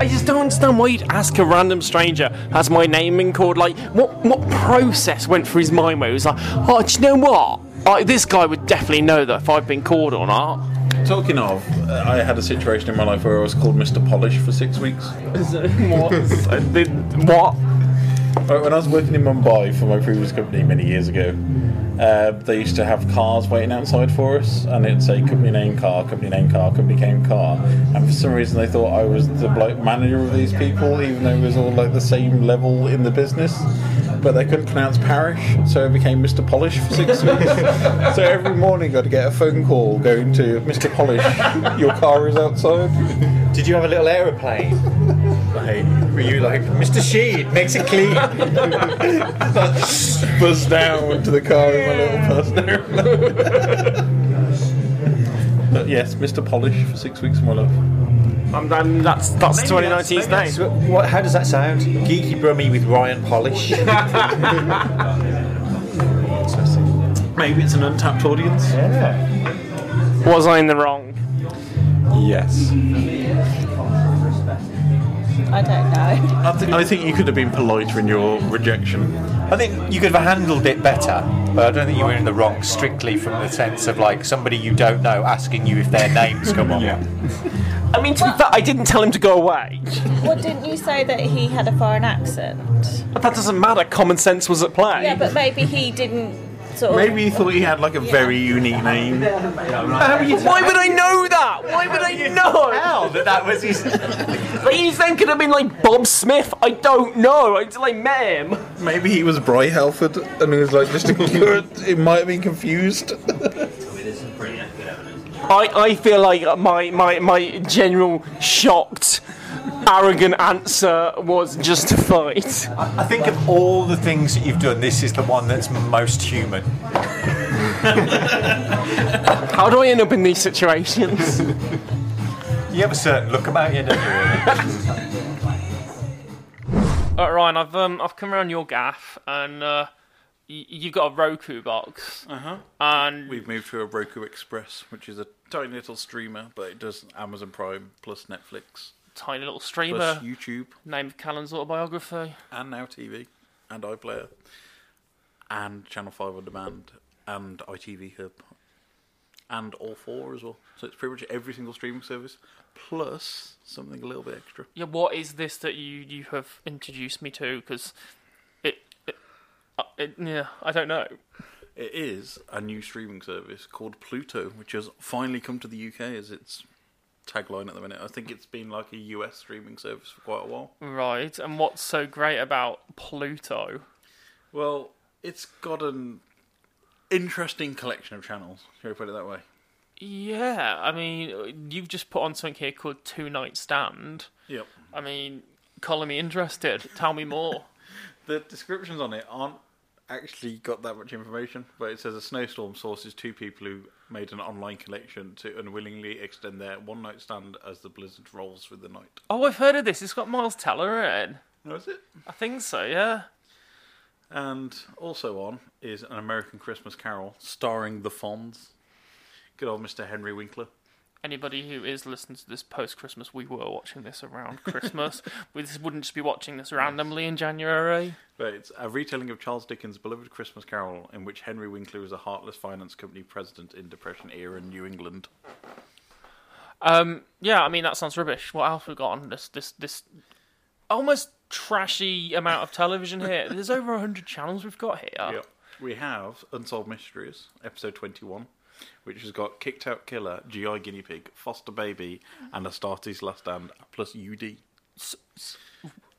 Speaker 10: I just don't understand why you'd ask a random stranger, has my name been called? Like, what, what process went through his mind where he was like, oh, do you know what? Like, this guy would definitely know that if I've been called or not.
Speaker 8: Talking of, uh, I had a situation in my life where I was called Mr. Polish for six weeks.
Speaker 10: I did what?
Speaker 8: Right, when I was working in Mumbai for my previous company many years ago, uh, they used to have cars waiting outside for us, and it'd say company name car, company name car, company name car. And for some reason, they thought I was the bloke manager of these people, even though it was all like the same level in the business. But they couldn't pronounce parish, so I became Mr. Polish for six weeks. so every morning I'd get a phone call going to Mr. Polish, your car is outside.
Speaker 38: Did you have a little aeroplane?
Speaker 8: Like, were you like, Mr. Sheed, makes it clean?
Speaker 9: Buzzed down, went to the car in my little personal. but yes, Mr. Polish for six weeks, my love.
Speaker 10: Um, um, that's that's 2019's name.
Speaker 8: What, how does that sound? Geeky Brummy with Ryan Polish.
Speaker 9: Maybe it's an untapped audience.
Speaker 8: Yeah.
Speaker 10: Was I in the wrong?
Speaker 9: Yes.
Speaker 3: I don't know.
Speaker 9: I, th- I think you could have been politer in your rejection.
Speaker 8: I think you could have handled it better, but I don't think you were in the wrong strictly from the sense of like somebody you don't know asking you if their name's come on. yeah.
Speaker 10: I mean, to be fair, I didn't tell him to go away.
Speaker 3: Well, didn't you say that he had a foreign accent?
Speaker 10: But that doesn't matter. Common sense was at play.
Speaker 3: Yeah, but maybe he didn't sort of.
Speaker 9: Maybe you thought he had like a very unique name.
Speaker 10: Why would I know that? Why would I know? How
Speaker 8: that that was his.
Speaker 10: but he's then could have been like Bob Smith. I don't know until I met him.
Speaker 9: Maybe he was Bry Halford and he was like just a curate. It might have been confused.
Speaker 10: I, I feel like my, my, my general shocked, arrogant answer was justified.
Speaker 8: I think of all the things that you've done, this is the one that's most human.
Speaker 10: How do I end up in these situations?
Speaker 8: You have a certain look about you, don't you?
Speaker 2: Uh, Ryan, I've um, I've come around your gaff and uh, y- you've got a Roku box.
Speaker 9: Uh-huh.
Speaker 2: And
Speaker 9: We've moved to a Roku Express, which is a tiny little streamer, but it does Amazon Prime plus Netflix.
Speaker 2: Tiny little streamer.
Speaker 9: Plus YouTube.
Speaker 2: Name of Callan's autobiography.
Speaker 9: And now TV. And iPlayer. And Channel 5 on demand. And ITV Hub. And all four as well. So it's pretty much every single streaming service, plus something a little bit extra.
Speaker 2: Yeah, what is this that you, you have introduced me to? Because it, it, uh, it, yeah, I don't know.
Speaker 9: It is a new streaming service called Pluto, which has finally come to the UK as its tagline at the minute. I think it's been like a US streaming service for quite a while.
Speaker 2: Right, and what's so great about Pluto?
Speaker 9: Well, it's got an interesting collection of channels, shall we put it that way?
Speaker 2: Yeah, I mean, you've just put on something here called Two Night Stand.
Speaker 9: Yep.
Speaker 2: I mean, calling me interested. Tell me more.
Speaker 9: The descriptions on it aren't actually got that much information, but it says a snowstorm sources two people who made an online collection to unwillingly extend their one night stand as the blizzard rolls through the night.
Speaker 2: Oh, I've heard of this. It's got Miles Teller in.
Speaker 9: Oh, is it?
Speaker 2: I think so. Yeah.
Speaker 9: And also on is An American Christmas Carol starring the Fonz. Good old Mr. Henry Winkler.
Speaker 2: Anybody who is listening to this post Christmas, we were watching this around Christmas. we just wouldn't just be watching this randomly in January.
Speaker 9: But it's a retelling of Charles Dickens' beloved Christmas Carol, in which Henry Winkler is a heartless finance company president in Depression era New England.
Speaker 2: Um, yeah, I mean that sounds rubbish. What else we got on this this this almost trashy amount of television here? There's over hundred channels we've got here.
Speaker 9: Yep. We have Unsolved Mysteries, episode 21, which has got Kicked Out Killer, GI Guinea Pig, Foster Baby, and Astartes Last Stand, plus UD.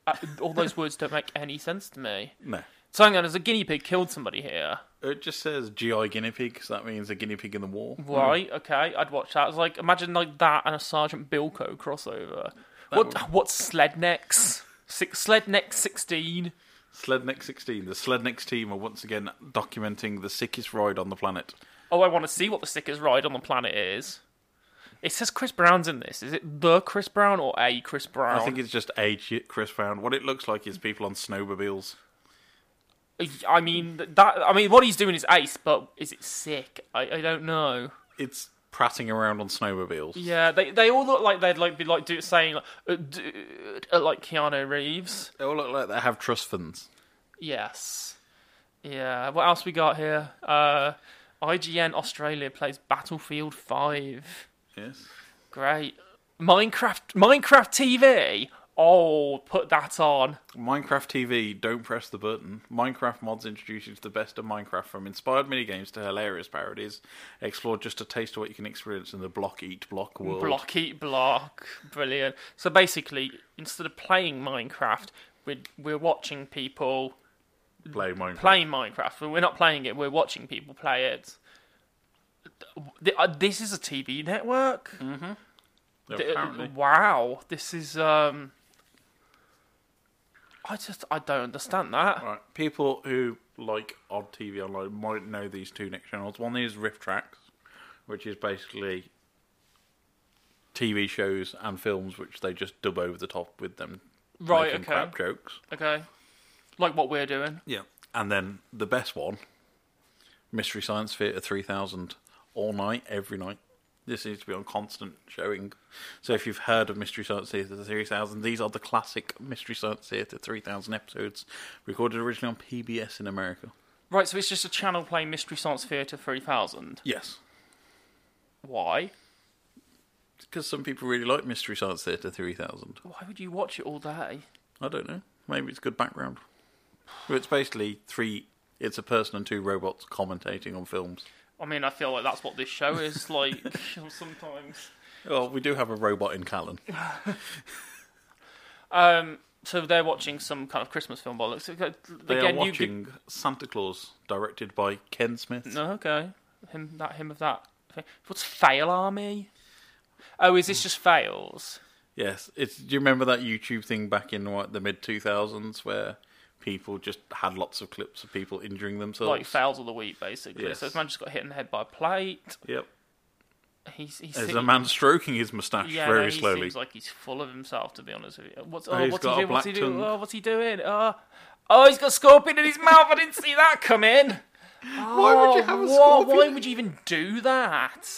Speaker 2: Uh, all those words don't make any sense to me.
Speaker 9: No.
Speaker 2: So hang on, has a guinea pig killed somebody here?
Speaker 9: It just says GI Guinea Pig, so that means a guinea pig in the war.
Speaker 2: Right, okay, I'd watch that. It's like imagine like that and a Sergeant Bilko crossover.
Speaker 9: That
Speaker 2: what
Speaker 9: would-
Speaker 2: what's sled necks? Six sled necks sixteen.
Speaker 9: Slednex 16. The Slednex team are once again documenting the sickest ride on the planet.
Speaker 2: Oh, I want to see what the sickest ride on the planet is. It says Chris Brown's in this. Is it the Chris Brown or a Chris Brown?
Speaker 9: I think it's just age Chris found. What it looks like is people on snowmobiles.
Speaker 2: I mean th- that. I mean, what he's doing is ace, but is it sick? I, I don't know.
Speaker 9: It's prattling around on snowmobiles.
Speaker 2: Yeah, they they all look like they'd like be like do saying like, uh, dude, uh, like Keanu Reeves.
Speaker 9: They all look like they have trust funds.
Speaker 2: Yes. Yeah. What else we got here? Uh, IGN Australia plays Battlefield Five.
Speaker 9: Yes.
Speaker 2: Great. Minecraft. Minecraft TV. Oh, put that on.
Speaker 9: Minecraft TV, don't press the button. Minecraft mods introduce you to the best of Minecraft from inspired minigames to hilarious parodies. Explore just a taste of what you can experience in the block eat block world.
Speaker 2: Block eat block. Brilliant. So basically, instead of playing Minecraft, we're we're watching people
Speaker 9: Play Minecraft.
Speaker 2: playing Minecraft. We're not playing it. We're watching people play it. Th- uh, This is a TV network.
Speaker 9: Mm-hmm.
Speaker 2: Th-
Speaker 9: Apparently.
Speaker 2: Wow, this is um, I just I don't understand that.
Speaker 9: Right. People who like odd TV online might know these two next channels. One is Riff Tracks, which is basically TV shows and films which they just dub over the top with them
Speaker 2: Right,
Speaker 9: making
Speaker 2: okay.
Speaker 9: crap jokes.
Speaker 2: Okay. Like what we're doing.
Speaker 9: Yeah. And then the best one, Mystery Science Theatre 3000, all night, every night. This needs to be on constant showing. So if you've heard of Mystery Science Theatre 3000, these are the classic Mystery Science Theatre 3000 episodes recorded originally on PBS in America.
Speaker 2: Right, so it's just a channel playing Mystery Science Theatre 3000.
Speaker 9: Yes.
Speaker 2: Why?
Speaker 9: Because some people really like Mystery Science Theatre 3000.
Speaker 2: Why would you watch it all day?
Speaker 9: I don't know. Maybe it's good background. But it's basically three. It's a person and two robots commentating on films.
Speaker 2: I mean, I feel like that's what this show is like sometimes.
Speaker 9: Well, we do have a robot in Callan.
Speaker 2: Um, so they're watching some kind of Christmas film by the looks. of it.
Speaker 9: They
Speaker 2: Again,
Speaker 9: are
Speaker 2: you could-
Speaker 9: watching Santa Claus, directed by Ken Smith.
Speaker 2: No, okay. Him that him of that. thing. What's fail army? Oh, is this just fails?
Speaker 9: Yes, it's. Do you remember that YouTube thing back in what, the mid two thousands where people just had lots of clips of people injuring themselves?
Speaker 2: like fails of the week, basically.
Speaker 9: Yes.
Speaker 2: So this man just got hit in the head by a plate.
Speaker 9: Yep.
Speaker 2: He's he's
Speaker 9: There's
Speaker 2: he-
Speaker 9: a man stroking his moustache
Speaker 2: Yeah, no,
Speaker 9: very
Speaker 2: he
Speaker 9: slowly.
Speaker 2: seems like he's full of himself. To be honest with you, what's
Speaker 9: Oh,
Speaker 2: oh,
Speaker 9: he's
Speaker 2: what's
Speaker 9: got
Speaker 2: he
Speaker 9: a
Speaker 2: doing? What's he
Speaker 9: black
Speaker 2: doing?
Speaker 9: tongue.
Speaker 2: Oh, what's he doing? Oh, oh, he's got a scorpion in his mouth. I didn't see that come in.
Speaker 9: Why would you have a
Speaker 2: Oh, wha-
Speaker 9: scorpion?
Speaker 2: Why would you even do that?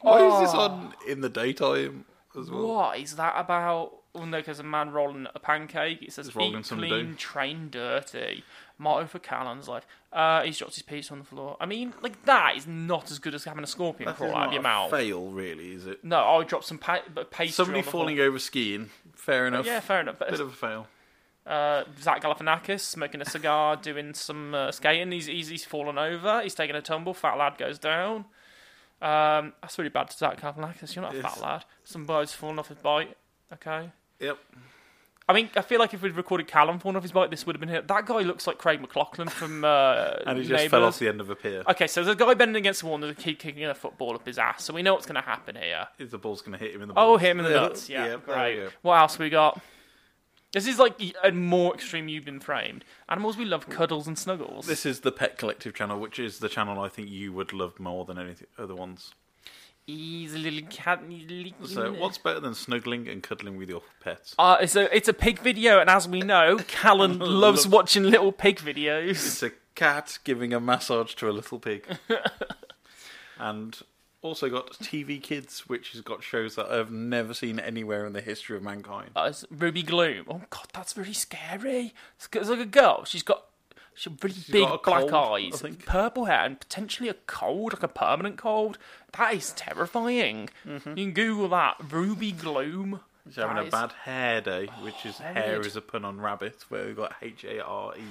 Speaker 9: Why is this
Speaker 2: Oh.
Speaker 9: on in the daytime as well?
Speaker 2: What is that about? Well, no, because a man rolling a pancake. It says,
Speaker 9: He's rolling
Speaker 2: "Eat
Speaker 9: some
Speaker 2: clean,
Speaker 9: dough."
Speaker 2: train dirty." Motto for Callan's life. Uh, he's dropped his pizza on the floor. I mean, like that is not as good as having a scorpion
Speaker 9: That
Speaker 2: crawl
Speaker 9: is
Speaker 2: out of
Speaker 9: not
Speaker 2: your
Speaker 9: a
Speaker 2: mouth.
Speaker 9: Fail, really, is it?
Speaker 2: No, I dropped some pa- b- pastry.
Speaker 9: Somebody
Speaker 2: on the
Speaker 9: falling
Speaker 2: floor.
Speaker 9: over skiing. Fair enough.
Speaker 2: Yeah, fair enough. But
Speaker 9: Bit of a fail.
Speaker 2: Uh, Zach Galifianakis smoking a cigar, doing some uh, skating. He's, he's he's fallen over. He's taking a tumble. Fat lad goes down. Um, that's really bad to Zach Galifianakis. You're not a
Speaker 9: Yes.
Speaker 2: fat lad. Some bird's fallen off his bike. Okay.
Speaker 9: Yep.
Speaker 2: I mean, I feel like if we'd recorded Callum falling off his bike, this would have been hit. That guy looks like Craig McLaughlin from. Uh,
Speaker 9: And he just fell
Speaker 2: Neighbours.
Speaker 9: off the end of a pier.
Speaker 2: Okay, so there's a guy bending against the wall and there's a kid kicking a football up his ass. So we know what's going to happen here.
Speaker 9: Is the ball's going to hit him in the
Speaker 2: Oh,
Speaker 9: balls.
Speaker 2: hit him in the
Speaker 9: Yeah,
Speaker 2: nuts. Yeah,
Speaker 9: yeah, there
Speaker 2: great.
Speaker 9: you go.
Speaker 2: What else we got? This is like a more extreme you've been framed. Animals we love cuddles and snuggles.
Speaker 9: This is the Pet Collective channel, which is the channel I think you would love more than any other ones.
Speaker 2: He's a little cat. he's a little-
Speaker 9: So, what's better than snuggling and cuddling with your pets?
Speaker 2: Uh, it's a it's a pig video, and as we know, Callan loves
Speaker 9: Loves-
Speaker 2: watching little pig videos.
Speaker 9: It's a cat giving a massage to a little pig. and also got TV Kids, which has got shows that I've never seen anywhere in the history of mankind.
Speaker 2: Uh, it's Ruby Gloom. Oh God, that's really scary. It's, g- it's like a girl. She's got she's really big
Speaker 9: got a
Speaker 2: black
Speaker 9: cold, I
Speaker 2: eyes, purple hair, and potentially a cold, like a permanent cold. That is terrifying. You can Google that. Ruby Gloom.
Speaker 9: She's Mm-hmm. having
Speaker 2: That
Speaker 9: a
Speaker 2: is-
Speaker 9: bad hair day, which is hair
Speaker 2: horrid.
Speaker 9: is a pun on rabbit, where we've got H A R E.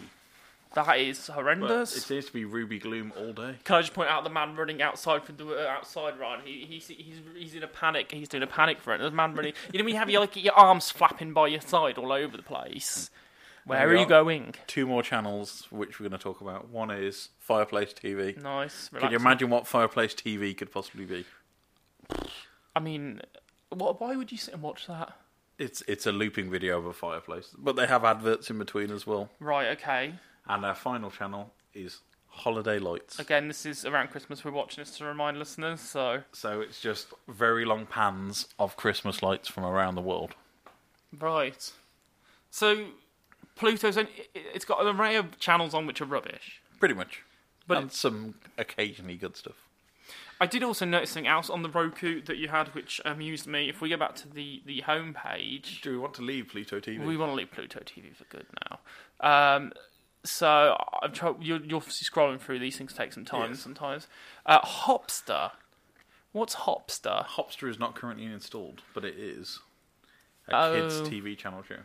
Speaker 2: That is
Speaker 9: But It
Speaker 2: horrendous.
Speaker 9: seems to be Ruby Gloom all day.
Speaker 2: Can I just point out the man running outside from the uh, outside run? He, he's he's he's in a panic. He's doing a panic run. The man running. You know when you have your like your arms flapping by your side all over the place. Where
Speaker 9: There
Speaker 2: are
Speaker 9: we
Speaker 2: you going?
Speaker 9: Two more channels which we're going to talk about. One is Fireplace TV.
Speaker 2: Nice,
Speaker 9: Can you
Speaker 2: relaxing.
Speaker 9: imagine what Fireplace TV could possibly be?
Speaker 2: I mean, what, why would you sit and watch that?
Speaker 9: It's it's a looping video of a fireplace, but they have adverts in between as well.
Speaker 2: Right. Okay.
Speaker 9: And our final channel is Holiday Lights.
Speaker 2: Again, this is around Christmas. We're watching this to remind listeners. So,
Speaker 9: So it's just very long pans of Christmas lights from around the world.
Speaker 2: right. So, Pluto's only, it- it's got an array of channels on which are rubbish.
Speaker 9: Pretty much.
Speaker 2: But
Speaker 9: and some occasionally good stuff.
Speaker 2: I did also notice something else on the Roku that you had, which amused me. If we go back to the the home page,
Speaker 9: do we want to leave Pluto TV?
Speaker 2: We want to leave Pluto TV for good now. Um, so I'm try- you're, you're obviously scrolling through these things take some time
Speaker 9: Yes.
Speaker 2: sometimes. Uh, Hopster, what's Hopster?
Speaker 9: Hopster is not currently installed, but it is a
Speaker 2: Oh.
Speaker 9: kids' TV channel show.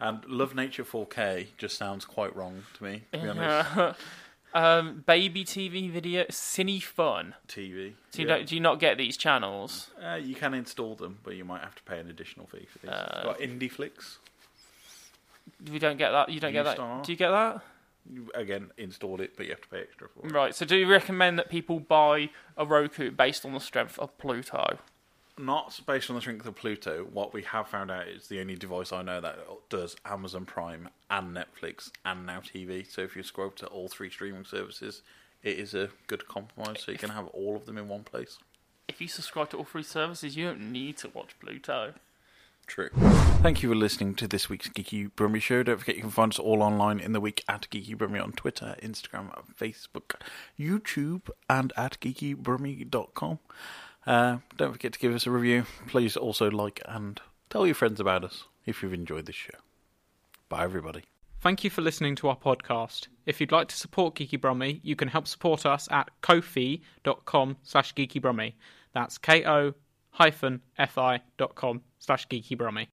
Speaker 9: And Love Nature 4K just sounds quite wrong to me. To be honest,
Speaker 2: um, baby TV video, Cine Fun
Speaker 9: TV.
Speaker 2: Do you,
Speaker 9: yeah.
Speaker 2: not, do you not get these channels?
Speaker 9: Uh, you can install them, but you might have to pay an additional fee for these.
Speaker 2: Uh,
Speaker 9: got Indie Flicks.
Speaker 2: We don't get that. You don't get
Speaker 9: Ustar.
Speaker 2: that. Do you get that?
Speaker 9: You, again, installed it, but you have to pay extra for it.
Speaker 2: Right. So, do you recommend that people buy a Roku based on the strength of Pluto?
Speaker 9: not based on the strength of Pluto. What we have found out is the only device I know that does Amazon Prime and Netflix and Now TV. So if you scroll to all three streaming services, it is a good compromise. So you can have all of them in one place.
Speaker 3: If you subscribe to all three services, you don't need to watch Pluto.
Speaker 9: True. Thank you for listening to this week's Geeky Brummy Show. Don't forget you can find us all online in the week at Geeky Brummy on Twitter, Instagram, Facebook, YouTube, and at geekybrummy.com. Uh, don't forget to give us a review. Please also like and tell your friends about us if you've enjoyed this show. Bye, everybody.
Speaker 2: Thank you for listening to our podcast. If you'd like to support Geeky Brummy, you can help support us at ko-fi.com slash geekybrummy. That's ko-fi dot com slash geekybrummy.